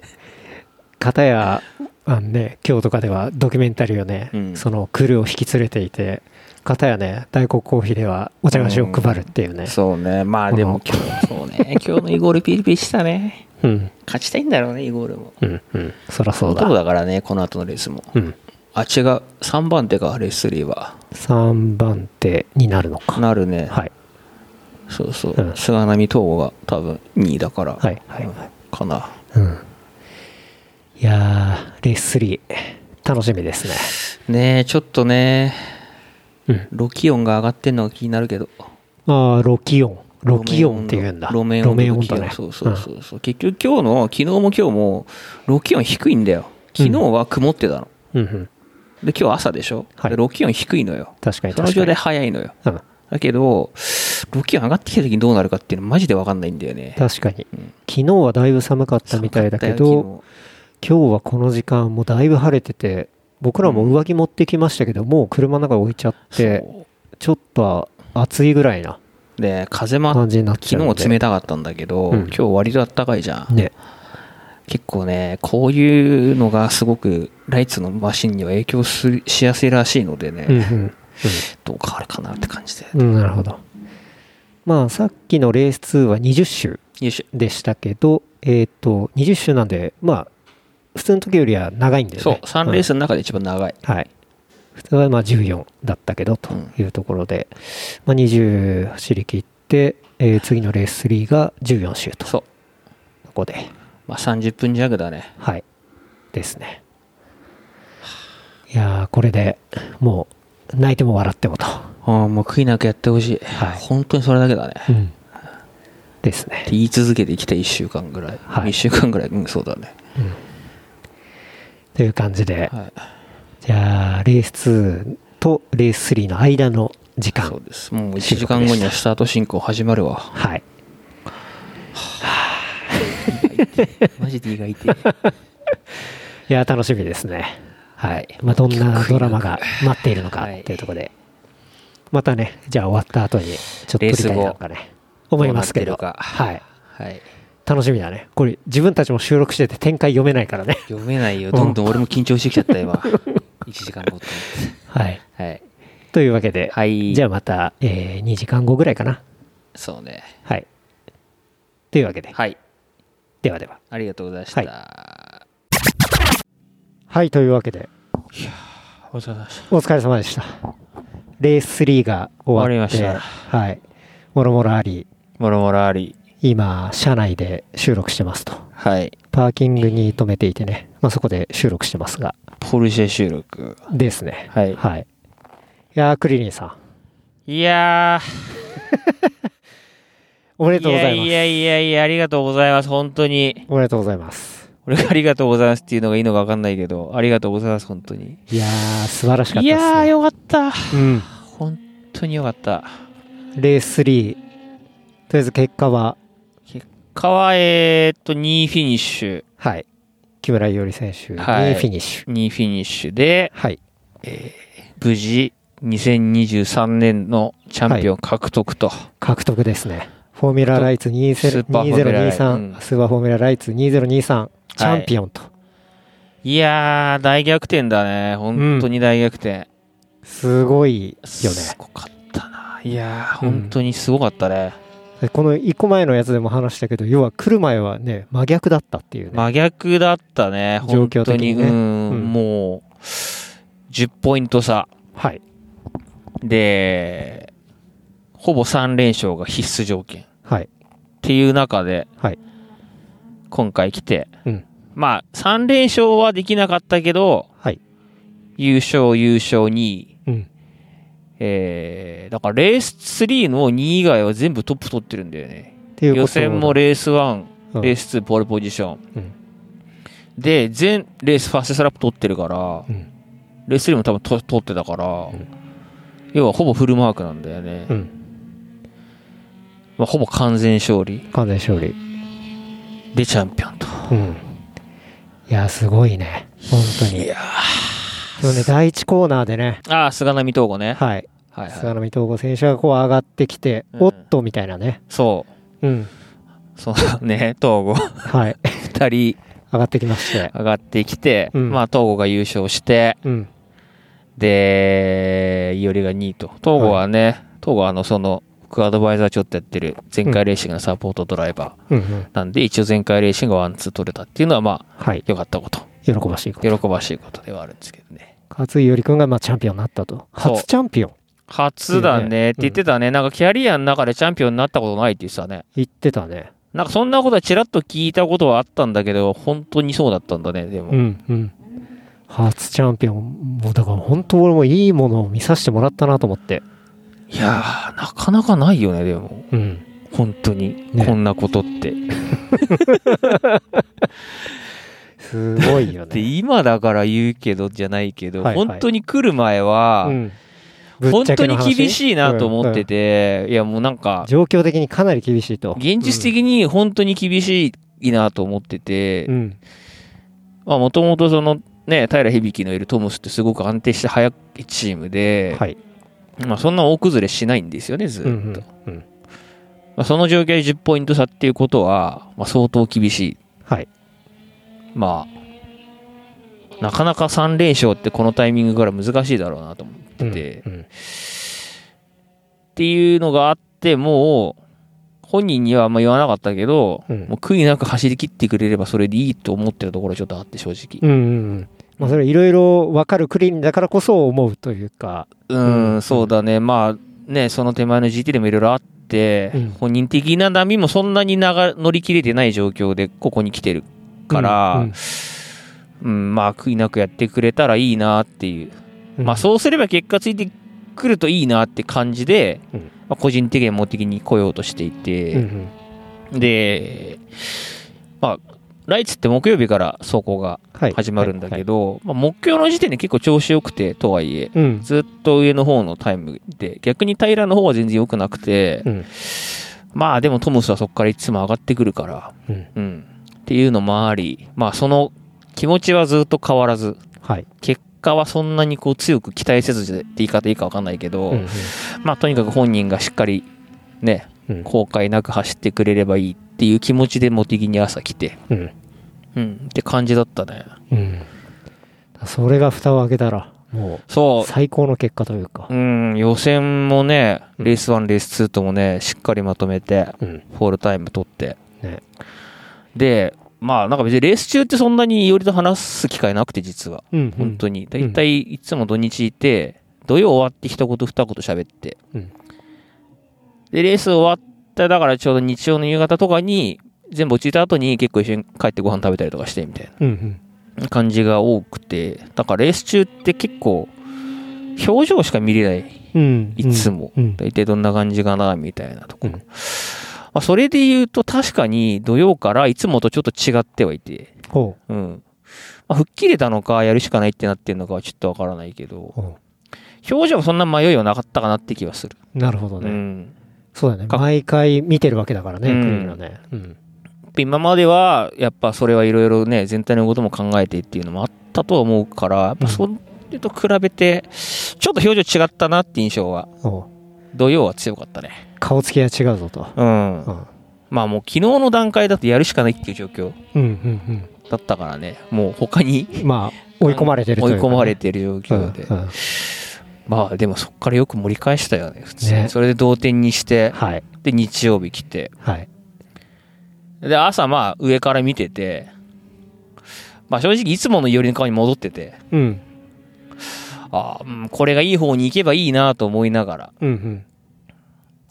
Speaker 2: 片や、あのね、今日とかではドキュメンタリーをね、
Speaker 3: うん
Speaker 2: そのクルーを引き連れていて、片やね、大黒コーヒーではお茶菓子を配るっていうね。
Speaker 3: そうねまあでも今日そうね今日のイゴールピリピリしたね
Speaker 2: うん、
Speaker 3: 勝ちたいんだろうねイゴールも
Speaker 2: うん、うん。そらそうだ。
Speaker 3: 男だからねこの後のレースも、
Speaker 2: うん。
Speaker 3: あ違う3番手かレース3は
Speaker 2: 3番手になるのか。
Speaker 3: なるね、
Speaker 2: はい。
Speaker 3: そうそう、
Speaker 2: うん
Speaker 3: 菅波東吾が多分2位だから、
Speaker 2: はいはいはい
Speaker 3: かな
Speaker 2: うん。いやー、レース3、楽しみですね。
Speaker 3: ねえ、ちょっとね、
Speaker 2: うん
Speaker 3: ロキオンが上がってんのが気になるけど。
Speaker 2: ああ、ロキオン。ロキオンって言うんだ。
Speaker 3: 路面温度
Speaker 2: 路面温度
Speaker 3: ロキオン
Speaker 2: ね。
Speaker 3: そうそうそうそう。結局今日の、昨日も今日も、ロキオン低いんだよ。昨日は曇ってたの。
Speaker 2: うん。うんうん。
Speaker 3: で、今日朝でしょ、
Speaker 2: はい
Speaker 3: でロキオン低いのよ。
Speaker 2: 確かに
Speaker 3: その
Speaker 2: 確
Speaker 3: 状
Speaker 2: か
Speaker 3: 態
Speaker 2: に。
Speaker 3: 早いのよ。
Speaker 2: うん。
Speaker 3: だけど、ロキオン上がってきた時にどうなるかっていうのマジで分かんないんだよね。
Speaker 2: 確かに。
Speaker 3: うん
Speaker 2: 昨日はだいぶ寒かったみたいだけ
Speaker 3: 寒
Speaker 2: ど、
Speaker 3: かったよ
Speaker 2: 今日はこの時間もうだいぶ晴れてて、僕らも上着持ってきましたけど、もう車の中置いちゃっ
Speaker 3: 昨日
Speaker 2: て、ちょっと暑いぐらいな
Speaker 3: そうで、風もあっ
Speaker 2: 感じになっち
Speaker 3: 昨
Speaker 2: ゃ
Speaker 3: 日
Speaker 2: うん
Speaker 3: も
Speaker 2: で。
Speaker 3: 冷たかったんだけど、
Speaker 2: うん
Speaker 3: 今日割と暖かいじゃん。
Speaker 2: ね。
Speaker 3: 結構ね、こういうのがすごくライツのマシンには影響するしやすいらしいのでね、
Speaker 2: うんうん。
Speaker 3: どう変わるかなって感じで。
Speaker 2: うん、なるほど。まあ、さっきのレース2は20周
Speaker 3: よいしょ。
Speaker 2: でしたけど、えっ、と、20周なんで、まあ、普通の時よりは長いんだよね。
Speaker 3: そう、3
Speaker 2: ん
Speaker 3: レースの中で一番長い。
Speaker 2: はい。普通はまあ14だったけどというところで、まあ、20走り切って、えー次のレース3が14周と、こ
Speaker 3: そう。
Speaker 2: こで、
Speaker 3: まあ、30分弱だね。
Speaker 2: はい、ですね。いやー、これでもう泣いても笑ってもと、
Speaker 3: ああ、もう悔いなくやってほしい。
Speaker 2: はい
Speaker 3: 本当にそれだけだね。って
Speaker 2: うん、ですね。
Speaker 3: 言い続けてきた1週間ぐらい。
Speaker 2: はい
Speaker 3: 1週間ぐらい。うん、そうだね。
Speaker 2: という感じで、
Speaker 3: はい。
Speaker 2: じゃあ、レース2とレース3の間の時間
Speaker 3: そうです。もう1時間後にはスタート進行始まるわ。
Speaker 2: はい。
Speaker 3: マジで意外で。
Speaker 2: いや、楽しみですね。はい。まあ、どんなドラマが待っているのか
Speaker 3: はい
Speaker 2: っていうところで、またね、じゃあ終わった後に、ちょっと振り返りなんかね、思いますけど
Speaker 3: どうなってるか
Speaker 2: はい。
Speaker 3: はい。
Speaker 2: 楽しみだね。これ、自分たちも収録してて展開読めないから ね。
Speaker 3: 読めないよ。
Speaker 2: うん
Speaker 3: どんどん俺も緊張してきちゃった、 今。1時間後って
Speaker 2: はい。
Speaker 3: 思って。
Speaker 2: というわけで、
Speaker 3: はい。はい。
Speaker 2: じゃあまた、えー2時間後ぐらいかな。
Speaker 3: そうね。
Speaker 2: はい。というわけで、
Speaker 3: はい。
Speaker 2: ではでは。
Speaker 3: ありがとうございました。
Speaker 2: はい
Speaker 3: あ
Speaker 2: はい、というわけで、
Speaker 3: りがとうございました。
Speaker 2: お疲れ様でした。レース3が終わって、
Speaker 3: 終わりま
Speaker 2: はい。もろもろあり、
Speaker 3: もろもろあり。
Speaker 2: 今、車内で収録してますと。
Speaker 3: はい。
Speaker 2: パーキングに止めていてね、まあ、そこで収録してますが、
Speaker 3: ポルシェ収録。
Speaker 2: ですね。
Speaker 3: はい
Speaker 2: はい。いやー、クリリンさん、
Speaker 3: いや
Speaker 2: おめ
Speaker 3: ー。
Speaker 2: でとうございます。
Speaker 3: やいやいや、ありがとうございます。本当に。
Speaker 2: おめでとうございます。
Speaker 3: 俺がありがとうございますっていうのがいいのか分かんないけど、ありがとうございます、本当に。
Speaker 2: いやー、素晴らしかった
Speaker 3: い
Speaker 2: です、ね。
Speaker 3: やー、よかった。
Speaker 2: うん。
Speaker 3: 本当によかった。
Speaker 2: レース3、とりあえず結果は、
Speaker 3: 川えーっと、2フィニッシュ。
Speaker 2: はい。木村伊織選手にフ
Speaker 3: はい
Speaker 2: ィニッシュ。
Speaker 3: 2フィニッシュで、
Speaker 2: はい。
Speaker 3: 無事、2023年のチャンピオン獲得と。
Speaker 2: 獲得ですね。フォーミュラライツ
Speaker 3: スー
Speaker 2: 2023
Speaker 3: パーフォーミュラライツうん
Speaker 2: スーパーフォーミュラライツ2023チャンピオンと、
Speaker 3: い、やー、大逆転だね。本当に大逆転。
Speaker 2: すごいよね
Speaker 3: すごかったな。いやー、
Speaker 2: うん
Speaker 3: 本当にすごかったね。
Speaker 2: でこの1個前のやつでも話したけど要は来る前はね真逆だったっていうね、
Speaker 3: 真逆だったね。
Speaker 2: 状
Speaker 3: 本
Speaker 2: 況
Speaker 3: 当
Speaker 2: 的
Speaker 3: に。
Speaker 2: にね
Speaker 3: うん、
Speaker 2: うん
Speaker 3: もう、10ポイント差。
Speaker 2: はい
Speaker 3: で、ほぼ3連勝が必須条件。っ
Speaker 2: はい
Speaker 3: ていう中で、
Speaker 2: はい
Speaker 3: 今回来て、
Speaker 2: うん
Speaker 3: まあ、3連勝はできなかったけど、
Speaker 2: はい
Speaker 3: 優勝、優勝2位。
Speaker 2: うん
Speaker 3: えー、だからレース3の2位以外は全部トップ取ってるんだよね。
Speaker 2: っていうこと
Speaker 3: 予選もレース1、
Speaker 2: うん
Speaker 3: レース2ポールポジション。
Speaker 2: うん
Speaker 3: で、全レースファーストスラップ取ってるから、
Speaker 2: うん
Speaker 3: レース3も多分と取ってたから、
Speaker 2: ん
Speaker 3: 要はほぼフルマークなんだよね。
Speaker 2: うん
Speaker 3: まあ、ほぼ完全勝利
Speaker 2: 完全勝利
Speaker 3: でチャンピオンと。
Speaker 2: うんいやすごいね本当に
Speaker 3: いや
Speaker 2: でもね第一コーナーでね
Speaker 3: ああ、菅波東吾ね。
Speaker 2: はい
Speaker 3: はいは
Speaker 2: 菅
Speaker 3: い。
Speaker 2: 波東吾選手がこう上がってきて、
Speaker 3: うん
Speaker 2: おっとみたいなね
Speaker 3: そう。
Speaker 2: うん
Speaker 3: そうだね、東吾
Speaker 2: はい
Speaker 3: 二人
Speaker 2: 上がってきまして
Speaker 3: 上がってきて、
Speaker 2: うん
Speaker 3: まあ東吾が優勝して、
Speaker 2: うん
Speaker 3: で、いおりが2位と。東吾はね、東吾はあの、その、副アドバイザーちょっとやってる前回レーシングのサポートドライバ
Speaker 2: う
Speaker 3: ー
Speaker 2: んうん
Speaker 3: なんで、一応前回レーシングはワンツー取れたっていうのはまあ、
Speaker 2: はい
Speaker 3: 良かったこと。
Speaker 2: 喜ばしいこと
Speaker 3: 喜ばしいことではあるんですけどね。
Speaker 2: 勝井伊織君がまあチャンピオンになったと
Speaker 3: そう
Speaker 2: 初チャンピオン
Speaker 3: 初だ
Speaker 2: いい
Speaker 3: ね
Speaker 2: ね
Speaker 3: って言ってたね。なんかキャリアの中でチャンピオンになったことないって言ってたね。
Speaker 2: 言ってたね
Speaker 3: なんかそんなことはちらっと聞いたことはあったんだけど、本当にそうだったんだね、でも。
Speaker 2: うんうん。初チャンピオン、もうだから本当俺もいいものを見させてもらったなと思って。
Speaker 3: いやー、なかなかないよね、でも。
Speaker 2: うん。
Speaker 3: 本当に、
Speaker 2: ね
Speaker 3: こんなことって。
Speaker 2: すごいよ
Speaker 3: で、
Speaker 2: ね。
Speaker 3: 今だから言うけど、じゃないけど、
Speaker 2: はいはい
Speaker 3: 本当に来る前は、
Speaker 2: うん
Speaker 3: 本当に厳しいなと思って。
Speaker 2: ぶっちゃけの話
Speaker 3: て、いやもうなん
Speaker 2: うんう
Speaker 3: か
Speaker 2: ん、状況的にかなり厳しいと。
Speaker 3: 現実的に本当に厳しいなと思ってて、
Speaker 2: うん。うん。
Speaker 3: まあもともとそのね、平響のいるトムスってすごく安定して速いチームで、
Speaker 2: はい。
Speaker 3: まあそんな大崩れしないんですよね、ずっと。
Speaker 2: うんうんうん
Speaker 3: まあ、その状況で10ポイント差っていうことは、まあ、相当厳しい。
Speaker 2: はい。
Speaker 3: まあ、なかなか3連勝ってこのタイミングから難しいだろうなと思ってて、っ
Speaker 2: うんうん
Speaker 3: ていうのがあって、もう、本人にはあんま言わなかったけど、
Speaker 2: うん
Speaker 3: もう悔いなく走り切ってくれればそれでいいと思ってるところちょっとあって正直。
Speaker 2: うんうんうん。まあそれいろいろ分かるクリーンだからこそ思うというか。
Speaker 3: うん、
Speaker 2: うん
Speaker 3: そうだね。まあ、ね、その手前の GT でもいろいろあって、
Speaker 2: うん
Speaker 3: 本人的な波もそんなに流れ乗り切れてない状況でここに来てるか
Speaker 2: う
Speaker 3: ら、
Speaker 2: ん
Speaker 3: うん、まあ悔いなくやってくれたらいいなっていう、
Speaker 2: うん
Speaker 3: まあそうすれば結果ついてくるといいなって感じで、
Speaker 2: うん
Speaker 3: まあ、個人的にも的に来ようとしてい
Speaker 2: うんう
Speaker 3: て、
Speaker 2: ん
Speaker 3: でまあ来月って木曜日から走行が
Speaker 2: はい
Speaker 3: 始まるんだけど、まあ、目標の時点で結構調子良くてとはいえ
Speaker 2: はいはいうん。
Speaker 3: ずっと上の方のタイムで逆に平らの方は全然良くなくて、
Speaker 2: うん
Speaker 3: まあでもトムスはそこからいつも上がってくるから、
Speaker 2: うん
Speaker 3: うん、っていうのもありまあその気持ちはずっと変わらず
Speaker 2: はい。
Speaker 3: 結果はそんなにこう強く期待せずで言い方いいか分かんないけど、
Speaker 2: うんうん
Speaker 3: まあとにかく本人がしっかりね
Speaker 2: うん
Speaker 3: 後悔なく走ってくれればいいっていう気持ちで茂木に朝来て、
Speaker 2: うん
Speaker 3: うん、って感じだったね
Speaker 2: うん。それが蓋を開けたら、もう
Speaker 3: そ
Speaker 2: 最高の結果というか
Speaker 3: う、う。ん、予選もね
Speaker 2: うん
Speaker 3: レース1レース2ともねしっかりまとめて
Speaker 2: うん。
Speaker 3: フォールタイム取って
Speaker 2: ね。
Speaker 3: でまあなんか別にレース中ってそんなにいおりと話す機会なくて実は
Speaker 2: うん。
Speaker 3: 本当
Speaker 2: に。
Speaker 3: に。大体いつも土日いて、土曜終わって一言二言喋って、
Speaker 2: うん
Speaker 3: で、レース終わった、だからちょうど日曜の夕方とかに、全部落ちた後に結構一緒に帰ってご飯食べたりとかしてみたい
Speaker 2: うん
Speaker 3: な感じが多くて、だからレース中って結構、表情しか見れない、
Speaker 2: うん。うん。
Speaker 3: いつも。
Speaker 2: うん。
Speaker 3: 大体どんな感じかな、みたいなところ。
Speaker 2: うん
Speaker 3: まあ、それで言うと確かに土曜からいつもとちょっと違ってはいて、
Speaker 2: ほ
Speaker 3: うん。まあ、吹っ切れたのか、やるしかないってなってるのかはちょっとわからないけど
Speaker 2: う。、ほ
Speaker 3: 表情もそんな迷いはなかったかなって気はする。
Speaker 2: う。なるほど
Speaker 3: う
Speaker 2: ね。
Speaker 3: ん。
Speaker 2: そうだね。
Speaker 3: か
Speaker 2: 毎回見てるわけだからね、
Speaker 3: うん
Speaker 2: クリーンはね。うん。
Speaker 3: 今までは、やっぱそれはいろいろね、全体のことも考えてっていうのもあったとは思うから、やっぱそれと比べて、ちょっと表情違ったなって印象は、
Speaker 2: おう
Speaker 3: 土曜は強かったね。
Speaker 2: 顔つきが違うぞと。
Speaker 3: うん
Speaker 2: う。ん。
Speaker 3: まあもう昨日の段階だとやるしかないっていう状況
Speaker 2: うんうん
Speaker 3: だったからね、もう他に
Speaker 2: うん。まあ、追い込まれてると
Speaker 3: 追
Speaker 2: い
Speaker 3: いう
Speaker 2: かね
Speaker 3: 込まれてる状況で。
Speaker 2: うんうん
Speaker 3: まあでもそこからよく盛り返したよね、普通に。
Speaker 2: ね
Speaker 3: それで同点にして、
Speaker 2: はい。
Speaker 3: で日曜日来て、
Speaker 2: はい。
Speaker 3: で、朝まあ上から見てて、まあ正直いつものよりの顔に戻ってて、
Speaker 2: うん。
Speaker 3: ああ、うんこれがいい方に行けばいいなと思いながら。
Speaker 2: うんうん。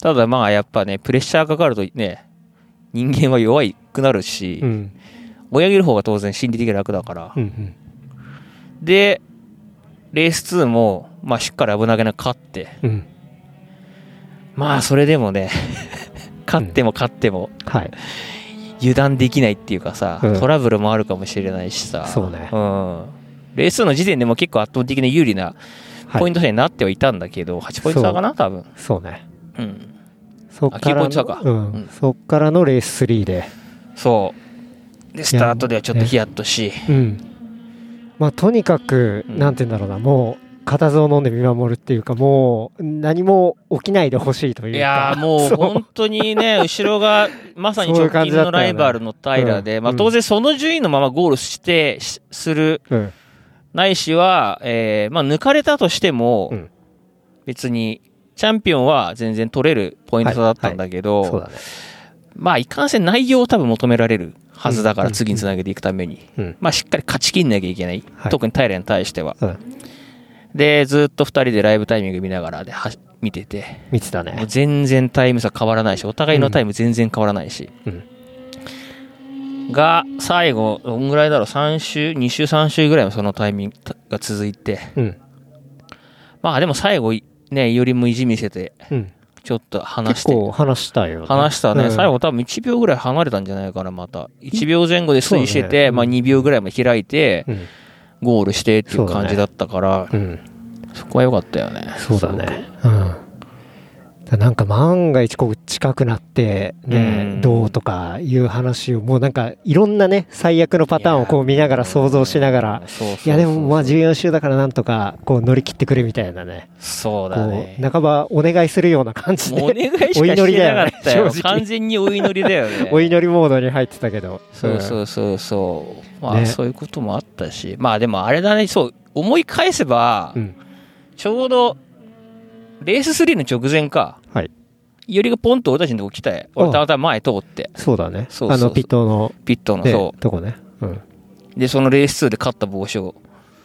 Speaker 3: ただまあやっぱね、プレッシャーかかるとね、人間は弱いくなるし、
Speaker 2: うん。
Speaker 3: 追い上げる方が当然心理的に楽だから。
Speaker 2: うんうん。
Speaker 3: で、レース2も、まあしっかり危なげなく勝って、
Speaker 2: うん。
Speaker 3: まあそれでもね、勝っても勝っても
Speaker 2: はい。
Speaker 3: 油断できないっていうかさ、
Speaker 2: うん
Speaker 3: トラブルもあるかもしれないしさ、
Speaker 2: そうね。
Speaker 3: うん。レースの時点でも結構圧倒的な有利な
Speaker 2: はい
Speaker 3: ポイント差になってはいたんだけど、8ポイント差かな、多分。
Speaker 2: そうね。
Speaker 3: うん。
Speaker 2: そっから
Speaker 3: あ9ポイント差か
Speaker 2: う
Speaker 3: うん
Speaker 2: ん。そっからのレース3で。
Speaker 3: そう。で、スタートではちょっとヒヤッとし、
Speaker 2: うん。まあ、とにかく、
Speaker 3: うん
Speaker 2: なんて言うんだろうな、もう、固唾を飲んで見守るっていうか、もう、何も起きないでほしいという
Speaker 3: い
Speaker 2: か。
Speaker 3: やーもう
Speaker 2: そ
Speaker 3: 本当 にね、後ろがまさに
Speaker 2: そうい
Speaker 3: 直
Speaker 2: う感
Speaker 3: 近
Speaker 2: じだった
Speaker 3: の
Speaker 2: よね
Speaker 3: ライバルの平で、
Speaker 2: うん
Speaker 3: まあ
Speaker 2: うん
Speaker 3: 当然その順位のままゴールして、しする、
Speaker 2: うん。
Speaker 3: ないしは、えーまあ抜かれたとしても
Speaker 2: うん、
Speaker 3: 別に、チャンピオンは全然取れるポイント差だったんだけど、
Speaker 2: そうだね。
Speaker 3: まあ、いかんせん内容を多分求められるはずだか
Speaker 2: う
Speaker 3: ら、
Speaker 2: ん
Speaker 3: 次につなげていくために。
Speaker 2: うん。
Speaker 3: まあ、しっかり勝ちきんなきゃいけない。
Speaker 2: はい
Speaker 3: 特に平に対しては。
Speaker 2: うん。
Speaker 3: で、ずっと2人でライブタイミング見ながらで、は見てて、
Speaker 2: 見てた
Speaker 3: もう
Speaker 2: ね。
Speaker 3: 全然タイム差変わらないし、お互いのタイム全然変わらないし、
Speaker 2: うん。
Speaker 3: が最後どんぐらいだろう3週2週3週ぐらいのそのタイミングが続いて
Speaker 2: うん。
Speaker 3: まあでも最後いねよりも意地見せて
Speaker 2: うん。
Speaker 3: ちょっと話
Speaker 2: 結
Speaker 3: して
Speaker 2: 構話したよ、ね。
Speaker 3: 話したね、
Speaker 2: うん
Speaker 3: 最後多分1秒ぐらい離れたんじゃないかなまた1秒前後で推移し
Speaker 2: そ
Speaker 3: て
Speaker 2: うだ
Speaker 3: て、
Speaker 2: ね
Speaker 3: まあ、2秒ぐらいまで開いて
Speaker 2: うん。
Speaker 3: ゴールしてっていう感じだったからそ,、
Speaker 2: うん。
Speaker 3: こは良かったよね
Speaker 2: そうだね。うん。だなんか万が一こう近くなってね、
Speaker 3: うん
Speaker 2: どうとかいう話をもうなんかいろんなね最悪のパターンをこう見ながら想像しながら
Speaker 3: そうそうそう
Speaker 2: いやでもまあ14週だからなんとかこう乗り切ってくれみたいなね
Speaker 3: そうだ
Speaker 2: こ
Speaker 3: ね
Speaker 2: う半ばお願いするような感じで
Speaker 3: もうお願いしか
Speaker 2: お祈
Speaker 3: し
Speaker 2: り
Speaker 3: て
Speaker 2: だよ
Speaker 3: な
Speaker 2: ね
Speaker 3: かったよ
Speaker 2: 正直
Speaker 3: 完全にお祈りだよ
Speaker 2: お
Speaker 3: ね
Speaker 2: 祈りモードに入ってたけど
Speaker 3: そうそううそうそうまあ、
Speaker 2: ね
Speaker 3: そういうこともあったしまあでもあれだねそう思い返せば、
Speaker 2: ん、うん、
Speaker 3: ちょうどレース3の直前か
Speaker 2: はい
Speaker 3: よりがポンと俺たちのとこ来たよ俺たまたま前通って
Speaker 2: そうだね
Speaker 3: そうそうそ
Speaker 2: あ
Speaker 3: う
Speaker 2: のピットの、
Speaker 3: ピットの
Speaker 2: ね
Speaker 3: そう
Speaker 2: とこね、うん、
Speaker 3: で、そのレース2で勝った帽子を、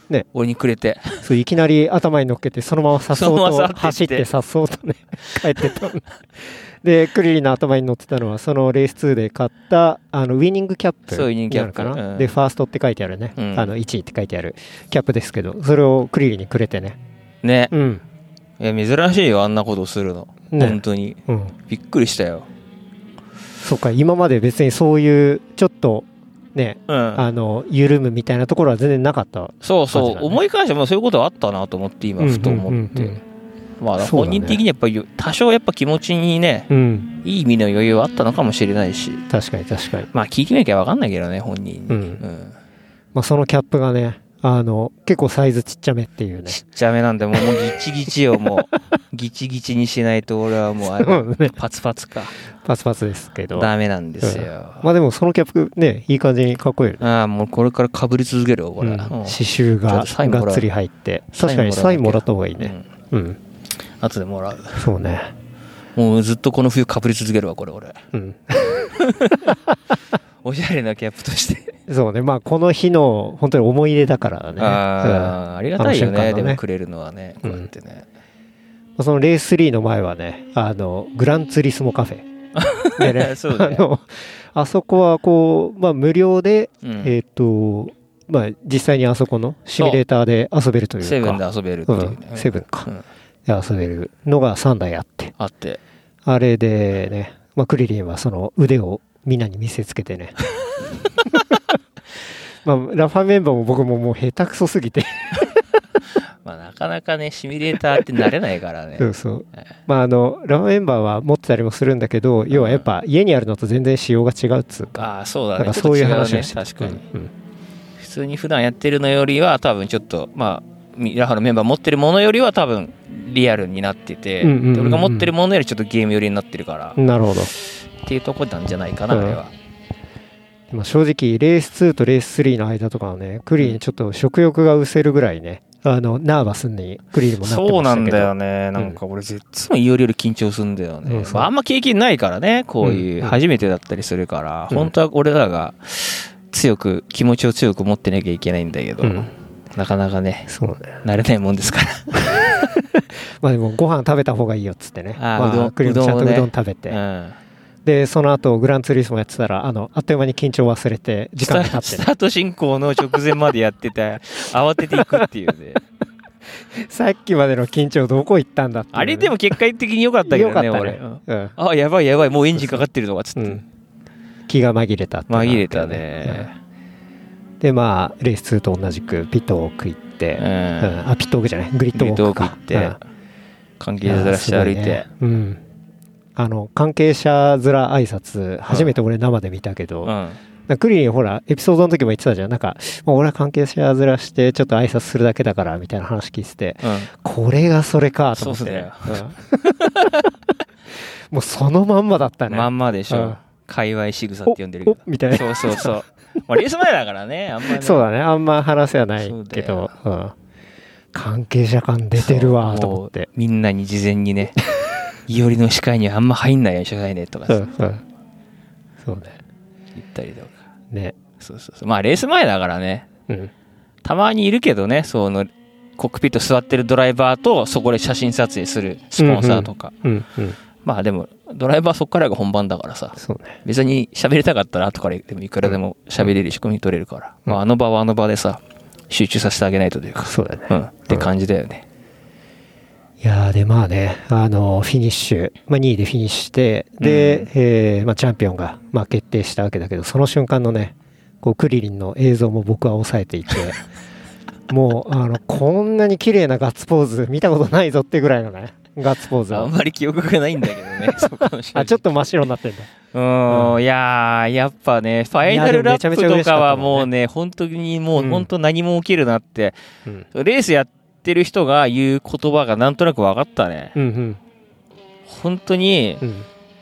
Speaker 2: ね
Speaker 3: 俺にくれて、
Speaker 2: そういきなり頭に乗っけてそのままさっそう
Speaker 3: そのま
Speaker 2: と
Speaker 3: ま去っていって
Speaker 2: 走ってさっそうとね 帰ってったのでクリリンの頭に乗ってたのはそのレース2で買ったあのウィニングキャップ
Speaker 3: そうウィニングキャップ
Speaker 2: なのかな、
Speaker 3: うん
Speaker 2: でファーストって書いてあるね、
Speaker 3: うん
Speaker 2: あの1位って書いてあるキャップですけどそれをクリリンにくれてね
Speaker 3: ね。
Speaker 2: うん
Speaker 3: いや、珍しいよ、あんなことするの。
Speaker 2: ね
Speaker 3: 本当に。
Speaker 2: うん
Speaker 3: びっくりしたよ。
Speaker 2: そうか今まで別にそういうちょっとね
Speaker 3: うん。
Speaker 2: あの緩むみたいなところは全然なかった
Speaker 3: そうそ
Speaker 2: マジ
Speaker 3: う、
Speaker 2: だね
Speaker 3: 思い返してもそういうことあったなと思って、今、ふと思っ
Speaker 2: うんうん
Speaker 3: て。まあ、
Speaker 2: そうだ
Speaker 3: 本
Speaker 2: ね
Speaker 3: 人的にやっぱり、多少やっぱ気持ちにね、
Speaker 2: うんうん
Speaker 3: いい意味の余裕はあったのかもしれないし。
Speaker 2: うん確かに確かに
Speaker 3: まあ、聞いてみなきゃわかんないけどね、本人に。
Speaker 2: う
Speaker 3: うんん。
Speaker 2: まあ、そのキャップがねあの結構サイズちっちゃめっていうね
Speaker 3: ちっちゃめなんで、もうもうギチギチ よ、もう。ギチギチにしないと、俺はもうあれ、
Speaker 2: そうね
Speaker 3: パツパツか。
Speaker 2: パツパツですけど
Speaker 3: ダメなんです
Speaker 2: うん
Speaker 3: よ。
Speaker 2: まあでもそのキャップねいい感じにかっこいいよね
Speaker 3: ああ、もうこれからかぶり続けるよ、こ
Speaker 2: う
Speaker 3: れ。
Speaker 2: ん
Speaker 3: うん
Speaker 2: 刺繍
Speaker 3: ちょっ
Speaker 2: が
Speaker 3: とサインもらう
Speaker 2: がっつり入って確かにサ
Speaker 3: サ
Speaker 2: イ
Speaker 3: イ
Speaker 2: ン
Speaker 3: ン
Speaker 2: も
Speaker 3: も
Speaker 2: ら
Speaker 3: ら
Speaker 2: っ
Speaker 3: うだけ
Speaker 2: た方がいいねうん
Speaker 3: うん、後でもらう。
Speaker 2: そうね
Speaker 3: もうずっとこの冬かぶり続けるわ、これ、俺。
Speaker 2: うん
Speaker 3: おしゃれなキャップとして。
Speaker 2: そうねまあこの日の本当に思い出だからね
Speaker 3: ああ、ありがたいよ
Speaker 2: あの瞬間
Speaker 3: ね、
Speaker 2: のね
Speaker 3: でもくれるのはね、こうやってね。
Speaker 2: まあそのレース3の前はね、あの、グランツーリスモカフェ。で
Speaker 3: そうだね
Speaker 2: あの、あそこはこう、まあ無料で、
Speaker 3: うん
Speaker 2: えっ、と、まあ実際にあそこのシミュレーターで遊べるというか。
Speaker 3: セブンで遊べるっていうね
Speaker 2: う。ん、セブンか
Speaker 3: う。ん
Speaker 2: で遊べるのが3台あって。
Speaker 3: あって。
Speaker 2: あれでね、まあクリリンはその腕をみんなに見せつけて ね。まあラファメンバーも僕ももう下手くそすぎて。
Speaker 3: まあ、なかなかね、シミュレーターって慣れないからね
Speaker 2: そ。うそう
Speaker 3: ええ。
Speaker 2: まああのラフメンバーは持ってたりもするんだけど、要はやっぱ家にあるのと全然仕様が違うっつうか。
Speaker 3: ああ、そうだ
Speaker 2: なん
Speaker 3: ね。
Speaker 2: か
Speaker 3: ちょっと
Speaker 2: そういう話
Speaker 3: 違
Speaker 2: を
Speaker 3: ね
Speaker 2: して
Speaker 3: 確かに。
Speaker 2: うんうん
Speaker 3: 普通に普段やってるのよりは、多分ちょっと、まあ、ミラハのメンバー持ってるものよりは多分リアルになってて、
Speaker 2: うんうんうんうん
Speaker 3: で俺が持ってるものよりちょっとゲーム寄りになってるから、
Speaker 2: なるほど。
Speaker 3: っていうとこなんじゃないかな、
Speaker 2: うん
Speaker 3: あれは。
Speaker 2: まあ正直レース2とレース3の間とかはね、クリーンちょっと食欲が失せるぐらいね、あのナーバスにクリーンもなってましたけど。
Speaker 3: そうなんだよね。なんか俺、いつもいよりより緊張するんだよね。
Speaker 2: うんそう
Speaker 3: まあ、あんま経験ないからね、こう
Speaker 2: うん
Speaker 3: いううん初めてだったりするから、
Speaker 2: うん
Speaker 3: 本当は俺らが強く、気持ちを強く持ってなきゃいけないんだけど、
Speaker 2: うん。
Speaker 3: なかなかね、
Speaker 2: そうね。
Speaker 3: 慣れないもんですから。
Speaker 2: まあでもご飯食べた方がいいよっつってね。
Speaker 3: あー
Speaker 2: ま
Speaker 3: うどん
Speaker 2: クリーンもちゃんと
Speaker 3: う
Speaker 2: う
Speaker 3: どんをね
Speaker 2: どん食べて。
Speaker 3: うん
Speaker 2: で、その後グランツーリスモやってたら、あの、あっという間に緊張忘れて、時間が経って
Speaker 3: ス
Speaker 2: ね
Speaker 3: タ。ート進行の直前までやってて、 慌てていくっていうね。
Speaker 2: さっきまでの緊張どこ行ったんだっていうね、
Speaker 3: あれでも結果的に良かったけど
Speaker 2: よかっ
Speaker 3: ね、
Speaker 2: た
Speaker 3: 俺。
Speaker 2: ね
Speaker 3: うん。
Speaker 2: うん。
Speaker 3: あ、やばいやばい、もうエンジンかかってるのが、つっ
Speaker 2: う
Speaker 3: て
Speaker 2: ん。気が紛れたってなって
Speaker 3: 紛れたね。
Speaker 2: うんでまあレース2と同じくピットウォーク行って、
Speaker 3: うん
Speaker 2: うんあピットウォークじゃないグリッドウォーク
Speaker 3: 遠く行
Speaker 2: か
Speaker 3: って、関係
Speaker 2: うん
Speaker 3: 者ずらして歩い
Speaker 2: や
Speaker 3: て。
Speaker 2: すごねうんあの関係者面挨拶初めて俺生で見たけど、
Speaker 3: うん。
Speaker 2: なんかクリリンほらエピソードの時も言ってたじゃんなんかもう俺は関係者面してちょっと挨拶するだけだからみたいな話聞いてて
Speaker 3: うん。
Speaker 2: これがそれかと思って
Speaker 3: そう
Speaker 2: うん
Speaker 3: っ
Speaker 2: もうそのまんまだったね
Speaker 3: まんまでしょ。
Speaker 2: うん
Speaker 3: 界隈仕草って呼んでるけ
Speaker 2: お
Speaker 3: ど
Speaker 2: お。みたいな
Speaker 3: そうそう そう。まあ、レース前だからね、あんまりね、
Speaker 2: そうだね。あんま話せはないけど、うん関係者感出てるわ、と思って
Speaker 3: も。うみんなに事前に ね、いおりの視界にはあんま入んないようにしなさいねとか
Speaker 2: うんう
Speaker 3: さ
Speaker 2: んそうね。
Speaker 3: 言ったりとか。
Speaker 2: ね。
Speaker 3: そうそうそう。まあ、レース前だからね、
Speaker 2: うん。
Speaker 3: たまにいるけどね、その、コックピット座ってるドライバーと、そこで写真撮影するスポンサーとか。
Speaker 2: うん。うん。
Speaker 3: まあでも、ドライバーそこからが本番だからさ、
Speaker 2: そうね。
Speaker 3: 別に喋りたかったら後からでもいくらでも喋れる仕組み取れるから、まああの場はあの場でさ、集中させてあげないとというか、
Speaker 2: そうだね
Speaker 3: うん、って感じだよね。
Speaker 2: いやーでまあね、あのフィニッシュ、まあ、2位でフィニッシュして、で、
Speaker 3: うん
Speaker 2: えーまあ、チャンピオンが、まあ、決定したわけだけど、その瞬間のね、こうクリリンの映像も僕は抑えてい て、もうあのこんなに綺麗なガッツポーズ見たことないぞってぐらいのね、ガッツポーズ
Speaker 3: あ
Speaker 2: を
Speaker 3: ん。まり記憶がないんだけど ね、そこの
Speaker 2: あ、ちょっと真っ白になってんだ。
Speaker 3: うーん、いやー、やっぱね、ファイナ
Speaker 2: いやで
Speaker 3: ルラップ
Speaker 2: もめちゃめちゃ嬉
Speaker 3: と
Speaker 2: しか
Speaker 3: か
Speaker 2: ったも
Speaker 3: は
Speaker 2: んね
Speaker 3: もうね、本当にもう、
Speaker 2: うん
Speaker 3: 本当何も起きるなって、
Speaker 2: うん。
Speaker 3: レースやってる人が言う言葉がなんとなく分かったね。
Speaker 2: うんうん。
Speaker 3: 本当に
Speaker 2: う、ん。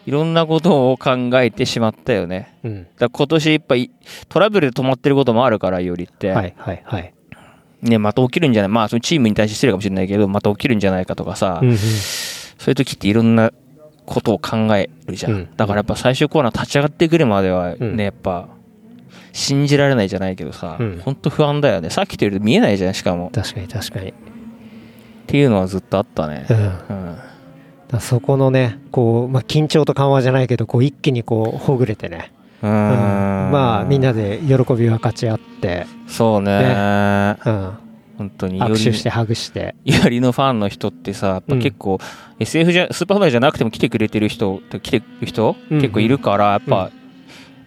Speaker 3: いろんなことを考えてしまったよね。
Speaker 2: うん。
Speaker 3: だから今年いっぱいトラブルで止まってることもあるから、よりって。
Speaker 2: はいはいはい。
Speaker 3: ね、また起きるんじゃないまあ、そのチームに対して失礼かもしれないけど、また起きるんじゃないかとかさ、
Speaker 2: うんうん。
Speaker 3: そういう時っていろんなことを考えるじゃん、
Speaker 2: うん
Speaker 3: だからやっぱ最終コーナー立ち上がってくるまではね、
Speaker 2: うん
Speaker 3: やっぱ信じられないじゃないけどさ、
Speaker 2: うん
Speaker 3: ほんと不安だよねさっきとより見えないじゃんしかもっ
Speaker 2: 確かに確かに。
Speaker 3: ていうのはずっとあったね
Speaker 2: うん。だか
Speaker 3: うん
Speaker 2: らそこのね、こう、まあ、緊張と緩和じゃないけど、こう、一気にこう、ほぐれてね。
Speaker 3: うん
Speaker 2: まあみんなで喜びを分かち合って、
Speaker 3: そうね
Speaker 2: うん、
Speaker 3: 本当によ
Speaker 2: 握
Speaker 3: り
Speaker 2: 手してハグして
Speaker 3: よりのファンの人ってさやっぱ結構、SF じゃスーパーファイじゃなくても来てくれてる人来てる人、
Speaker 2: うん
Speaker 3: 結構いるからやっぱ、
Speaker 2: う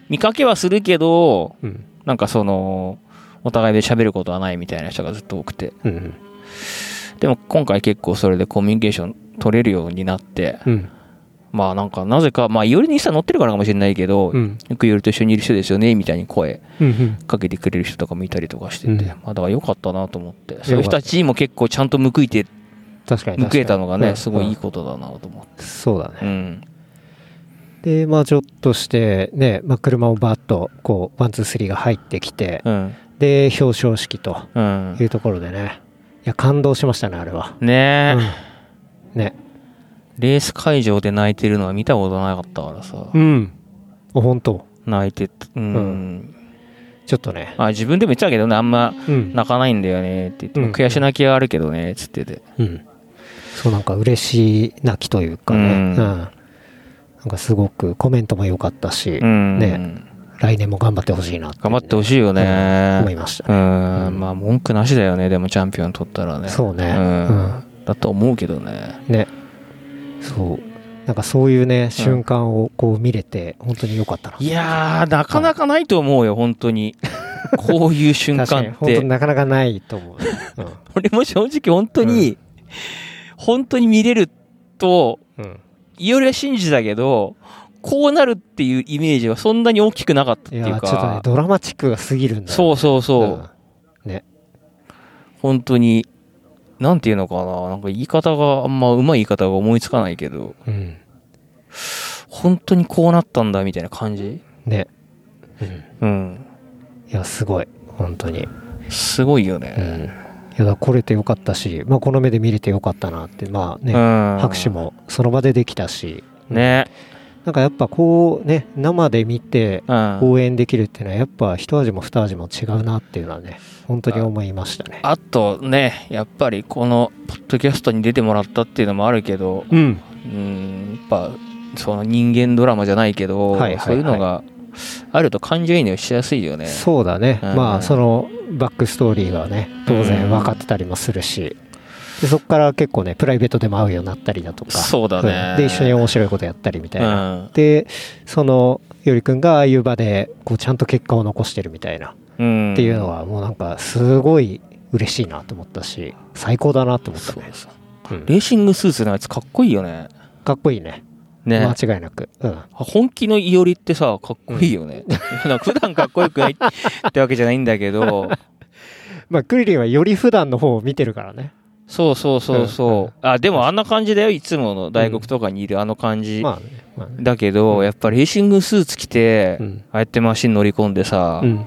Speaker 3: 見かけはするけど
Speaker 2: うん、
Speaker 3: なんかその、お互いで喋ることはないみたいな人がずっと多くて。
Speaker 2: うん
Speaker 3: でも今回結構それでコミュニケーション取れるようになって、
Speaker 2: うん
Speaker 3: まあなんかなぜか、まあいおりにさ乗ってるからかもしれないけど、
Speaker 2: うん
Speaker 3: よくいおりと一緒にいる人ですよね、みたいに声
Speaker 2: うん
Speaker 3: かけてくれる人とかもいたりとかしてて、
Speaker 2: うん
Speaker 3: まあだから良かったなと思って、そういう人たちにも結構ちゃんと報いて、
Speaker 2: 確かに確かに
Speaker 3: 報えたのが
Speaker 2: う
Speaker 3: ね、
Speaker 2: ん
Speaker 3: すごいいいことだなと思って。
Speaker 2: そうだね
Speaker 3: うん。
Speaker 2: でまあちょっとしてね、まあ、車をバーッとこうワンツースリーが入ってきて
Speaker 3: うん。
Speaker 2: で表彰式と
Speaker 3: うん
Speaker 2: い。うところでねいや感動しましたねあれは、
Speaker 3: ねえ、
Speaker 2: うん、ね
Speaker 3: レース会場で泣いてるのは見たことなかったからさ、
Speaker 2: うん本当
Speaker 3: 泣いてた、
Speaker 2: う
Speaker 3: うん
Speaker 2: ちょっとね
Speaker 3: まあ自分でも言ってたけどね、あんま
Speaker 2: うん
Speaker 3: 泣かないんだよねって言って、
Speaker 2: うん
Speaker 3: 悔し泣きはあるけどね、つってて。
Speaker 2: うん、そうなんか嬉しい泣きというかね、
Speaker 3: う
Speaker 2: うんんなんかすごくコメントも良かったし、
Speaker 3: うん。
Speaker 2: ね来年も頑張ってほしいなって
Speaker 3: 頑張ってほしいよね。
Speaker 2: 思いました
Speaker 3: う
Speaker 2: ね、
Speaker 3: ん。まあ文句なしだよね、でもチャンピオン取ったらね。
Speaker 2: そうね
Speaker 3: ん
Speaker 2: うん
Speaker 3: だと思うけどね。
Speaker 2: ねそうなんかそういうね瞬間をこう見れて本当に良かったな、
Speaker 3: いやー、なかなかないと思うよ、本 当に。こういう瞬
Speaker 2: 確かに
Speaker 3: 間っ
Speaker 2: 本当に
Speaker 3: て。
Speaker 2: なかなかないと思う、
Speaker 3: 俺も正直本当に、本当に見れると、
Speaker 2: うんうん、
Speaker 3: いよりは信じたけど、こうなるっていうイメージはそんなに大きくなかったって
Speaker 2: い
Speaker 3: いう
Speaker 2: や
Speaker 3: か。
Speaker 2: ーちょっとねドラマチックが過ぎるんだよね
Speaker 3: そうそうそう。
Speaker 2: うんね
Speaker 3: 本当に、なんていうのかな、なんか言い方が、あんまうまい言い方が思いつかないけど、
Speaker 2: うん
Speaker 3: 本当にこうなったんだみたいな感じ
Speaker 2: ね、うん、
Speaker 3: うん。
Speaker 2: いやすごい本当に
Speaker 3: すごいよ
Speaker 2: うん、
Speaker 3: ね。
Speaker 2: いやだ来れてよかったし、まあ、この目で見れてよかったなって、まあ
Speaker 3: う
Speaker 2: ね
Speaker 3: ん。
Speaker 2: 拍手。もその場でできたし、
Speaker 3: ね。
Speaker 2: なんかやっぱこうね生で見て
Speaker 3: うん。
Speaker 2: 応援できるっていうのはやっぱ一味も二味も違うなっていうのはね本当に思いましたね
Speaker 3: あとね、やっぱりこの、ポッドキャストに出てもらったっていうのもあるけど、
Speaker 2: うん
Speaker 3: うん、やっぱ、その人間ドラマじゃないけど、
Speaker 2: はいはいはい
Speaker 3: そういうのがあると感情移入しやすいよね。
Speaker 2: そうだね、
Speaker 3: うん
Speaker 2: まあそのバックストーリーがね当
Speaker 3: う
Speaker 2: 然
Speaker 3: ん
Speaker 2: 分かってたりもするし、でそこから結構ねプライベートでも会うようになったりだとか
Speaker 3: そうだね
Speaker 2: んで一緒に面白いことやったりみたいな、
Speaker 3: うん。
Speaker 2: でそのよりくんがああいう場でこうちゃんと結果を残してるみたいな
Speaker 3: うん。
Speaker 2: っていうのはもうなんかすごい嬉しいなと思ったし最高だなと思った
Speaker 3: そう
Speaker 2: ね、
Speaker 3: そう
Speaker 2: うん
Speaker 3: レーシングスーツのやつかっこいいよね。
Speaker 2: かっこいいね
Speaker 3: ね。
Speaker 2: 間違いなく、うん、
Speaker 3: 本気のいおりってさ、かっこいいよね。なんか 普段かっこよく ないってわけじゃないんだけど、
Speaker 2: まあクリリンはより普段の方を見てるからね
Speaker 3: そうそうそう
Speaker 2: うんう
Speaker 3: そ
Speaker 2: ん
Speaker 3: う。あ、でもあんな感じだよ、いつもの大学とかにいるあの感じ。
Speaker 2: まあねまあね
Speaker 3: だけど、やっぱレーシングスーツ着て、
Speaker 2: うん
Speaker 3: ああやってマシン乗り込んでさ、
Speaker 2: う
Speaker 3: っ
Speaker 2: ん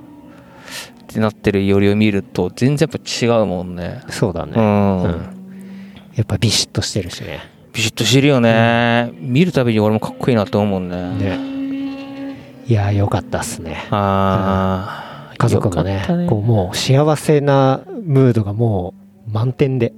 Speaker 3: てなってるいおりを見ると、全然やっぱ違うもんね。
Speaker 2: そうだ
Speaker 3: う
Speaker 2: ね、
Speaker 3: ん。
Speaker 2: うんやっぱビシッとしてるしね
Speaker 3: ビシッとしてるよね。見るたびに俺もかっこいいなと思うもんね。
Speaker 2: ねいやーよかったっすね
Speaker 3: ああ、
Speaker 2: 家族もね
Speaker 3: よかった
Speaker 2: こうもう幸せなムードがもう満点で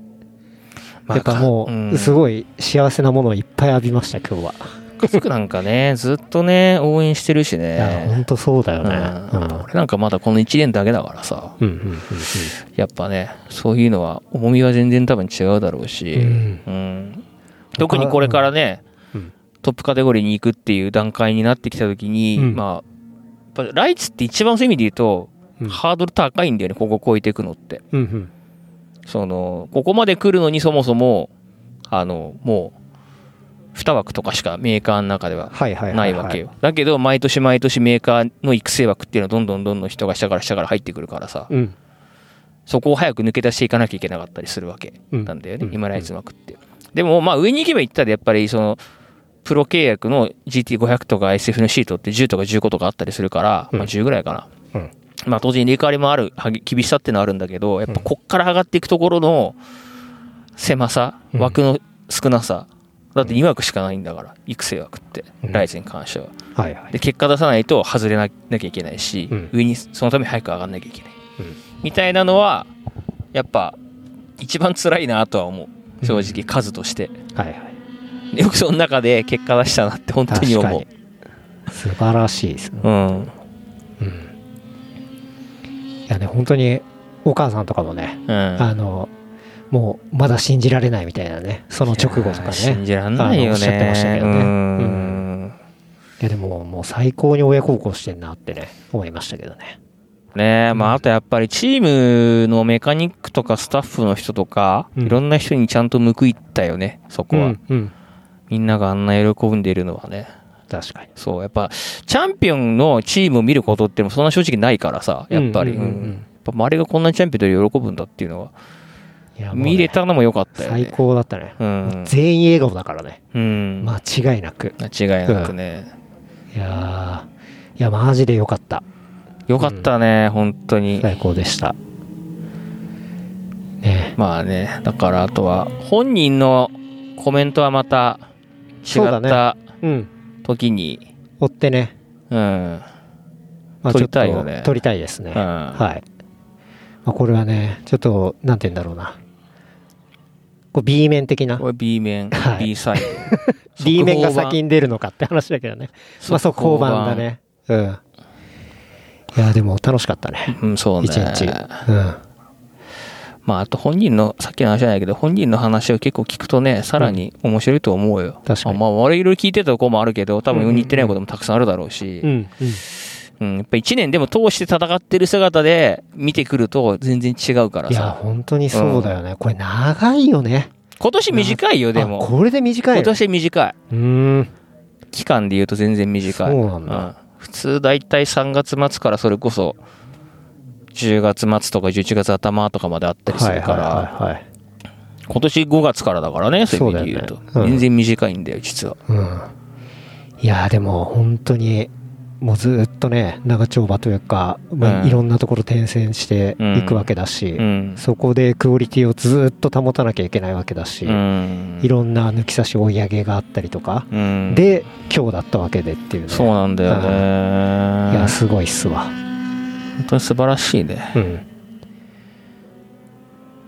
Speaker 3: まあ
Speaker 2: だからも
Speaker 3: かう
Speaker 2: う、
Speaker 3: ん
Speaker 2: すごい幸せなものをいっぱい浴びました、今日は。
Speaker 3: 家族なんかね、ずっとね、応援してる
Speaker 2: い
Speaker 3: し
Speaker 2: や、ほ
Speaker 3: ね。
Speaker 2: んとそうだよ
Speaker 3: うん
Speaker 2: ね。
Speaker 3: 俺なんかまだこの1年だけだからさ、
Speaker 2: うん。うんうんうん
Speaker 3: やっぱね、そういうのは重みは全然多分違うだろうし、
Speaker 2: うん
Speaker 3: うん特にこれからね、
Speaker 2: うん
Speaker 3: トップカテゴリーに行くっていう段階になってきたときに、
Speaker 2: うん
Speaker 3: まあ、やっぱライツって一番そういう意味で言うと、
Speaker 2: うん
Speaker 3: ハードル高いんだよね、ここ超えていくのって。
Speaker 2: うんうん
Speaker 3: そのここまで来るのにそもそもあのもう2枠とかしかメーカーの中では
Speaker 2: はいはいはいはい。
Speaker 3: ないわけよ、だけど毎年毎年メーカーの育成枠っていうのはどんどんどんどん人が下から下から入ってくるからさ
Speaker 2: うん。
Speaker 3: そこを早く抜け出していかなきゃいけなかったりするわけ
Speaker 2: うん。
Speaker 3: なんだよね、
Speaker 2: う
Speaker 3: 今ライズ枠ってでもまあ上に行けば行ったらやっぱりそのプロ契約の GT500 とか SF のシートって10とか15とかあったりするから、
Speaker 2: うん
Speaker 3: まあ、10ぐらいかな、
Speaker 2: うん
Speaker 3: まあ、当然入れ替わりもあるはぎ厳しさっていうのはあるんだけどやっぱこっから上がっていくところの狭さ
Speaker 2: うん
Speaker 3: 枠の少なさだって2枠しかないんだから育成枠って
Speaker 2: うん
Speaker 3: ライズに関しては
Speaker 2: はいはい。
Speaker 3: で結果出さないと外れなきゃいけないし、
Speaker 2: うん
Speaker 3: 上にそのために早く上がんなきゃいけない、
Speaker 2: うん
Speaker 3: みたいなのはやっぱ一番辛いなとは思う正直数として、
Speaker 2: はいはい。
Speaker 3: よくその中で結果出したなって本当に
Speaker 2: 確か
Speaker 3: 思う
Speaker 2: に。素晴らしいですね。
Speaker 3: うん
Speaker 2: うん。いやね、本当に、お母さんとかもね、
Speaker 3: うん
Speaker 2: あの、もうまだ信じられないみたいなね、その直後と
Speaker 3: い
Speaker 2: か
Speaker 3: や
Speaker 2: ね。
Speaker 3: 信じらんないよ
Speaker 2: あ
Speaker 3: ね
Speaker 2: のおっしゃってましたけどね。
Speaker 3: う
Speaker 2: うん
Speaker 3: ん
Speaker 2: いやでも、もう最高に親孝行してんなってね、思いましたけどね。
Speaker 3: ねえ、まあ、あとやっぱりチームのメカニックとかスタッフの人とか、
Speaker 2: うん
Speaker 3: いろんな人にちゃんと報いったよね、そこは。
Speaker 2: うん、うん。
Speaker 3: みんながあんな喜んでいるのはね。
Speaker 2: 確かに。
Speaker 3: そう、やっぱ、チャンピオンのチームを見ることってもそんな正直ないからさ、やっぱり。
Speaker 2: うんうんうんうん
Speaker 3: うんやっぱ周りがこんなにチャンピオンで喜ぶんだっていうのは、
Speaker 2: いやもうね
Speaker 3: 見れたのも良かったよね。
Speaker 2: 最高だったね。
Speaker 3: うん。
Speaker 2: 全員笑顔だからね。
Speaker 3: うん。
Speaker 2: 間違いなく。
Speaker 3: 間違いなくね。
Speaker 2: いやー、いや、マジでよかった。
Speaker 3: 良かったね、本当に。
Speaker 2: 最高でした。ね
Speaker 3: まあね、だからあとは、本人のコメントはまた違
Speaker 2: そうだ
Speaker 3: っ
Speaker 2: ね
Speaker 3: た
Speaker 2: うん。
Speaker 3: 時に、
Speaker 2: 追ってね。
Speaker 3: うん。
Speaker 2: まあ、ちょ
Speaker 3: 撮り
Speaker 2: っと
Speaker 3: たいよね
Speaker 2: 撮りたいですね。
Speaker 3: うん
Speaker 2: はい。まあ、これはね、ちょっと、なんて言うんだろうな。こう、B 面的な
Speaker 3: こ。れ B 面、
Speaker 2: はい
Speaker 3: B サイド。
Speaker 2: B 面が
Speaker 3: 速報版
Speaker 2: 先に出るのかって話だけどね。まあ、そう、
Speaker 3: 速報
Speaker 2: 交
Speaker 3: 版
Speaker 2: 番だね。うん。いや、でも楽しかったね。
Speaker 3: うん、そうね。
Speaker 2: 一日。うん。
Speaker 3: まあ、あと本人の、さっきの話じゃないけど、本人の話を結構聞くとね、さらに面白いと思うよ。
Speaker 2: 確かに
Speaker 3: まあ、我々いろいろ聞いてたとこもあるけど、多分世に言ってないこともたくさんあるだろうし、
Speaker 2: うん。
Speaker 3: うんやっぱ一年でも通して戦ってる姿で見てくると全然違うから
Speaker 2: いや、
Speaker 3: さ。
Speaker 2: 本当にそうだよね。これ長いよね。
Speaker 3: 今年短いよ、で
Speaker 2: あ
Speaker 3: も。
Speaker 2: これで短い
Speaker 3: 今
Speaker 2: よ。
Speaker 3: 年短い。
Speaker 2: うーん。
Speaker 3: 期間で言うと全然短い。
Speaker 2: そうなんだ
Speaker 3: う普通だいたい3月末からそれこそ、10月末とか11月頭とかまであったりす
Speaker 2: はいはい
Speaker 3: るから、
Speaker 2: はいはい。
Speaker 3: 今年5月からだからね、そういう意味で言うと。
Speaker 2: そうだよねうん
Speaker 3: 全然短いんだよ、実は。
Speaker 2: うん。いや、でも本当に、もうずっとね、長丁場というか、ま
Speaker 3: う
Speaker 2: あ、
Speaker 3: ん
Speaker 2: いろんなところ転戦していくわけだし、
Speaker 3: うん。
Speaker 2: そこでクオリティをずっと保たなきゃいけないわけだし、
Speaker 3: うん
Speaker 2: いろんな抜き差し追い上げがあったりとか、
Speaker 3: うん、
Speaker 2: で、今日だったわけでっていうね。
Speaker 3: そうなんだよね。
Speaker 2: いや、すごいっすわ。
Speaker 3: 本当に素晴らしいね。
Speaker 2: うん。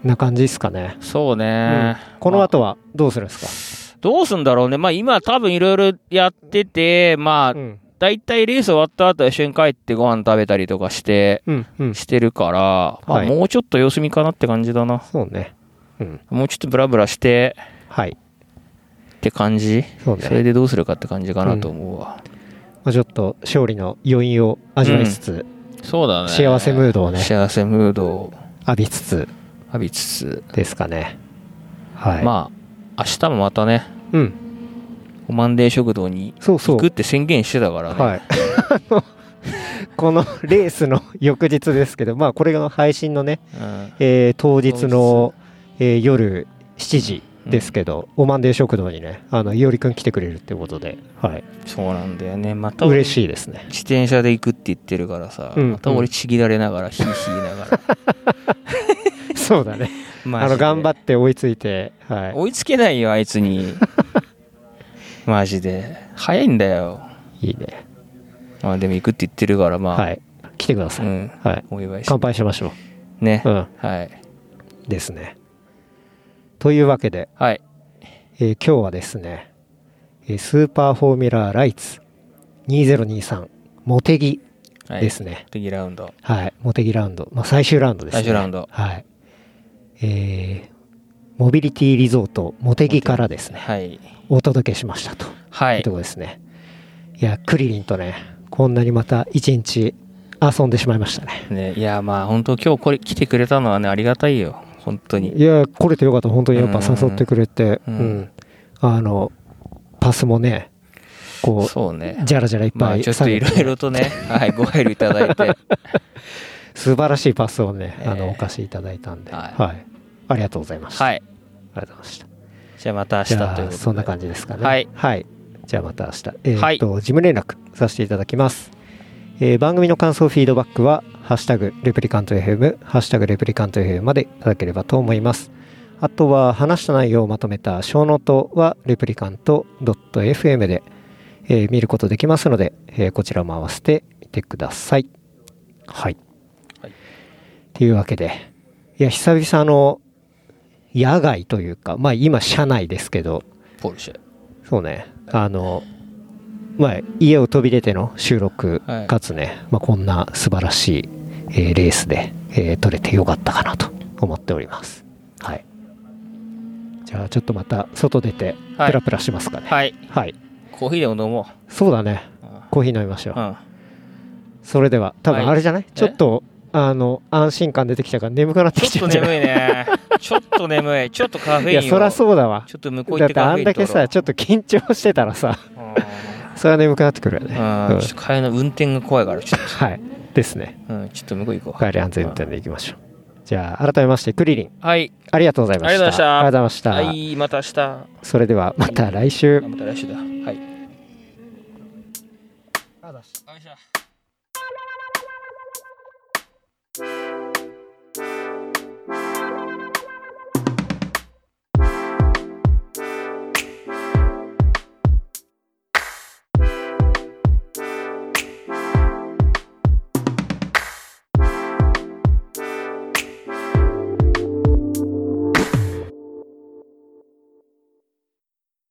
Speaker 2: な感じっすかね。
Speaker 3: そうね。
Speaker 2: この後はどうするんです
Speaker 3: どうすんだろうね。まあ今多分いろいろやってて、ま
Speaker 2: か
Speaker 3: あ
Speaker 2: うん。
Speaker 3: 大体レース終わった後は一緒に帰ってご飯食べたりとかして、
Speaker 2: うん。うん。
Speaker 3: してるから、まあ
Speaker 2: はい
Speaker 3: もうちょっと様子見かなって感じだな。
Speaker 2: そうね。うん。
Speaker 3: もうちょっとブラブラして
Speaker 2: はい。
Speaker 3: って感じ。
Speaker 2: そうね
Speaker 3: それでどうするかって感じかなと思うわ。
Speaker 2: まあ、ちょっと勝利の余韻を味わいつつ、
Speaker 3: そうだね。
Speaker 2: 幸せムードをね
Speaker 3: 幸せムードを
Speaker 2: 浴びつつ
Speaker 3: 浴びつつ、
Speaker 2: ですかね。はい。
Speaker 3: まあ、明日もまたね、
Speaker 2: うん。
Speaker 3: コマンデー食堂に
Speaker 2: そうそ
Speaker 3: 行
Speaker 2: う
Speaker 3: く。って宣言してたからね。
Speaker 2: はい。 あのこのレースの翌日ですけど、まあ、これが配信のね、
Speaker 3: うん
Speaker 2: えー当日の、えー夜7時ですけど、おまんで食堂にね、あの、いおりくん来てくれるってことで、はい。
Speaker 3: そうなんだよね。また俺
Speaker 2: 嬉しいです ね。
Speaker 3: 自転車で行くって言ってるからさ、
Speaker 2: うん
Speaker 3: また俺ちぎられながら、ひいひいな がら。
Speaker 2: そうだね。
Speaker 3: マ
Speaker 2: あ
Speaker 3: ジ
Speaker 2: の、
Speaker 3: で
Speaker 2: 頑張って追いついて、はい。
Speaker 3: 追いつけないよ、あい つに。マジで。早いんだよ。
Speaker 2: いいね。
Speaker 3: まあでも行くって言ってるから、まあ、
Speaker 2: はい。来てくださ
Speaker 3: う
Speaker 2: い。
Speaker 3: ん、
Speaker 2: はい。
Speaker 3: お祝いし
Speaker 2: 乾杯しましょ
Speaker 3: ね
Speaker 2: う。う。ん。
Speaker 3: はい。
Speaker 2: ですね。というわけで、
Speaker 3: はい。
Speaker 2: えー今日はですね、えースーパーフォーミュラーライツ2023モテギ
Speaker 3: はい、
Speaker 2: ですね。
Speaker 3: 次ラウンド。
Speaker 2: はい。モテギラウンド。まあ、最終ラウンドですね。
Speaker 3: 最終ラウンド
Speaker 2: はい。えーモビリティリゾートモテギからですね、
Speaker 3: はい。
Speaker 2: お届けしましたと。、
Speaker 3: はい
Speaker 2: う
Speaker 3: い
Speaker 2: と。ころですね。いや、クリリンとね、こんなにまた一日遊んでしまいましたね。
Speaker 3: ね、いや、まあ、本当今日これ来てくれたのはね、ありがたいよ。本当に。
Speaker 2: いや、来れてよかった。本当にやっぱ誘ってくれて、う
Speaker 3: うんん。
Speaker 2: あの、パスもね、こう、
Speaker 3: そうね。
Speaker 2: じゃらじゃらいっ
Speaker 3: ま
Speaker 2: ぱ
Speaker 3: あ、
Speaker 2: い
Speaker 3: ちょっ
Speaker 2: 下
Speaker 3: と
Speaker 2: げ
Speaker 3: い
Speaker 2: て、
Speaker 3: ろいろ とね、はい、ご配慮いただいて。
Speaker 2: 素晴らしいパスをね、あ
Speaker 3: え
Speaker 2: の、
Speaker 3: え
Speaker 2: お貸しいただいたんで、は、
Speaker 3: はいい
Speaker 2: ありがとうございました。。
Speaker 3: はいい。
Speaker 2: ありがとうございました。
Speaker 3: じゃあまた明日
Speaker 2: じ
Speaker 3: という
Speaker 2: ゃ
Speaker 3: こと
Speaker 2: あ、
Speaker 3: で。
Speaker 2: そんな感じですかね。
Speaker 3: はい。
Speaker 2: じゃあまた明日。えー
Speaker 3: は
Speaker 2: っ
Speaker 3: い
Speaker 2: と、事務連絡させていただきます。えー番組の感想、フィードバックは、ハッシュタグ、レプリカント FM、ハッシュタグ、レプリカント FM までいただければと思います。あとは、話した内容をまとめた小ノートは、レプリカント .fm で、えー見ることできますので、えーこちらも合わせてみてください。はい。
Speaker 3: はい
Speaker 2: というわけで、いや、久々の、野外というか、まあ今、車内ですけど、
Speaker 3: ポルシェ。
Speaker 2: そうね。あの、まあ、家を飛び出ての収録、
Speaker 3: はい
Speaker 2: かつね、まあ、こんな素晴らしい、えーレースで、えー撮れてよかったかなと思っております。はい。じゃあ、ちょっとまた外出て、
Speaker 3: はい
Speaker 2: プラプラしますかね。はい。
Speaker 3: はい。コーヒーでも飲も
Speaker 2: そうだね。
Speaker 3: う。
Speaker 2: コーヒー飲みましょう。
Speaker 3: うん。
Speaker 2: それでは、多分
Speaker 3: はい
Speaker 2: あれじゃない、ちょっと、あの、安心感出てきたから眠くなってき
Speaker 3: ち
Speaker 2: ち
Speaker 3: ょ
Speaker 2: ゃう
Speaker 3: っ
Speaker 2: んじ
Speaker 3: と
Speaker 2: ゃ
Speaker 3: 眠
Speaker 2: ない
Speaker 3: いね。ちょっと眠い。ちょっとカフェインを。
Speaker 2: いや、そらそうだわ。
Speaker 3: ちょっと向こう
Speaker 2: だ
Speaker 3: 行
Speaker 2: っ
Speaker 3: っ
Speaker 2: てて
Speaker 3: カ
Speaker 2: あ
Speaker 3: フェイ
Speaker 2: ん
Speaker 3: ン取
Speaker 2: だ
Speaker 3: ろ
Speaker 2: け
Speaker 3: う
Speaker 2: さ、ちょっと緊張してたらさ、それは眠くなってくるよね。
Speaker 3: うん。う
Speaker 2: うんん
Speaker 3: ちょっと帰りの運転が怖いから、ちょっ
Speaker 2: はい。ですね。
Speaker 3: と。うん、ちょっと向こう行こ
Speaker 2: お
Speaker 3: う。
Speaker 2: 帰り安全運転でいきましょう。じゃあ、改めまして、クリリン、
Speaker 3: はい。
Speaker 2: ありがとうございました。
Speaker 3: ありがとうございました
Speaker 2: ありがとうございました。
Speaker 3: はい、また明日。
Speaker 2: それでは、また来週。
Speaker 3: また来週だ。はい。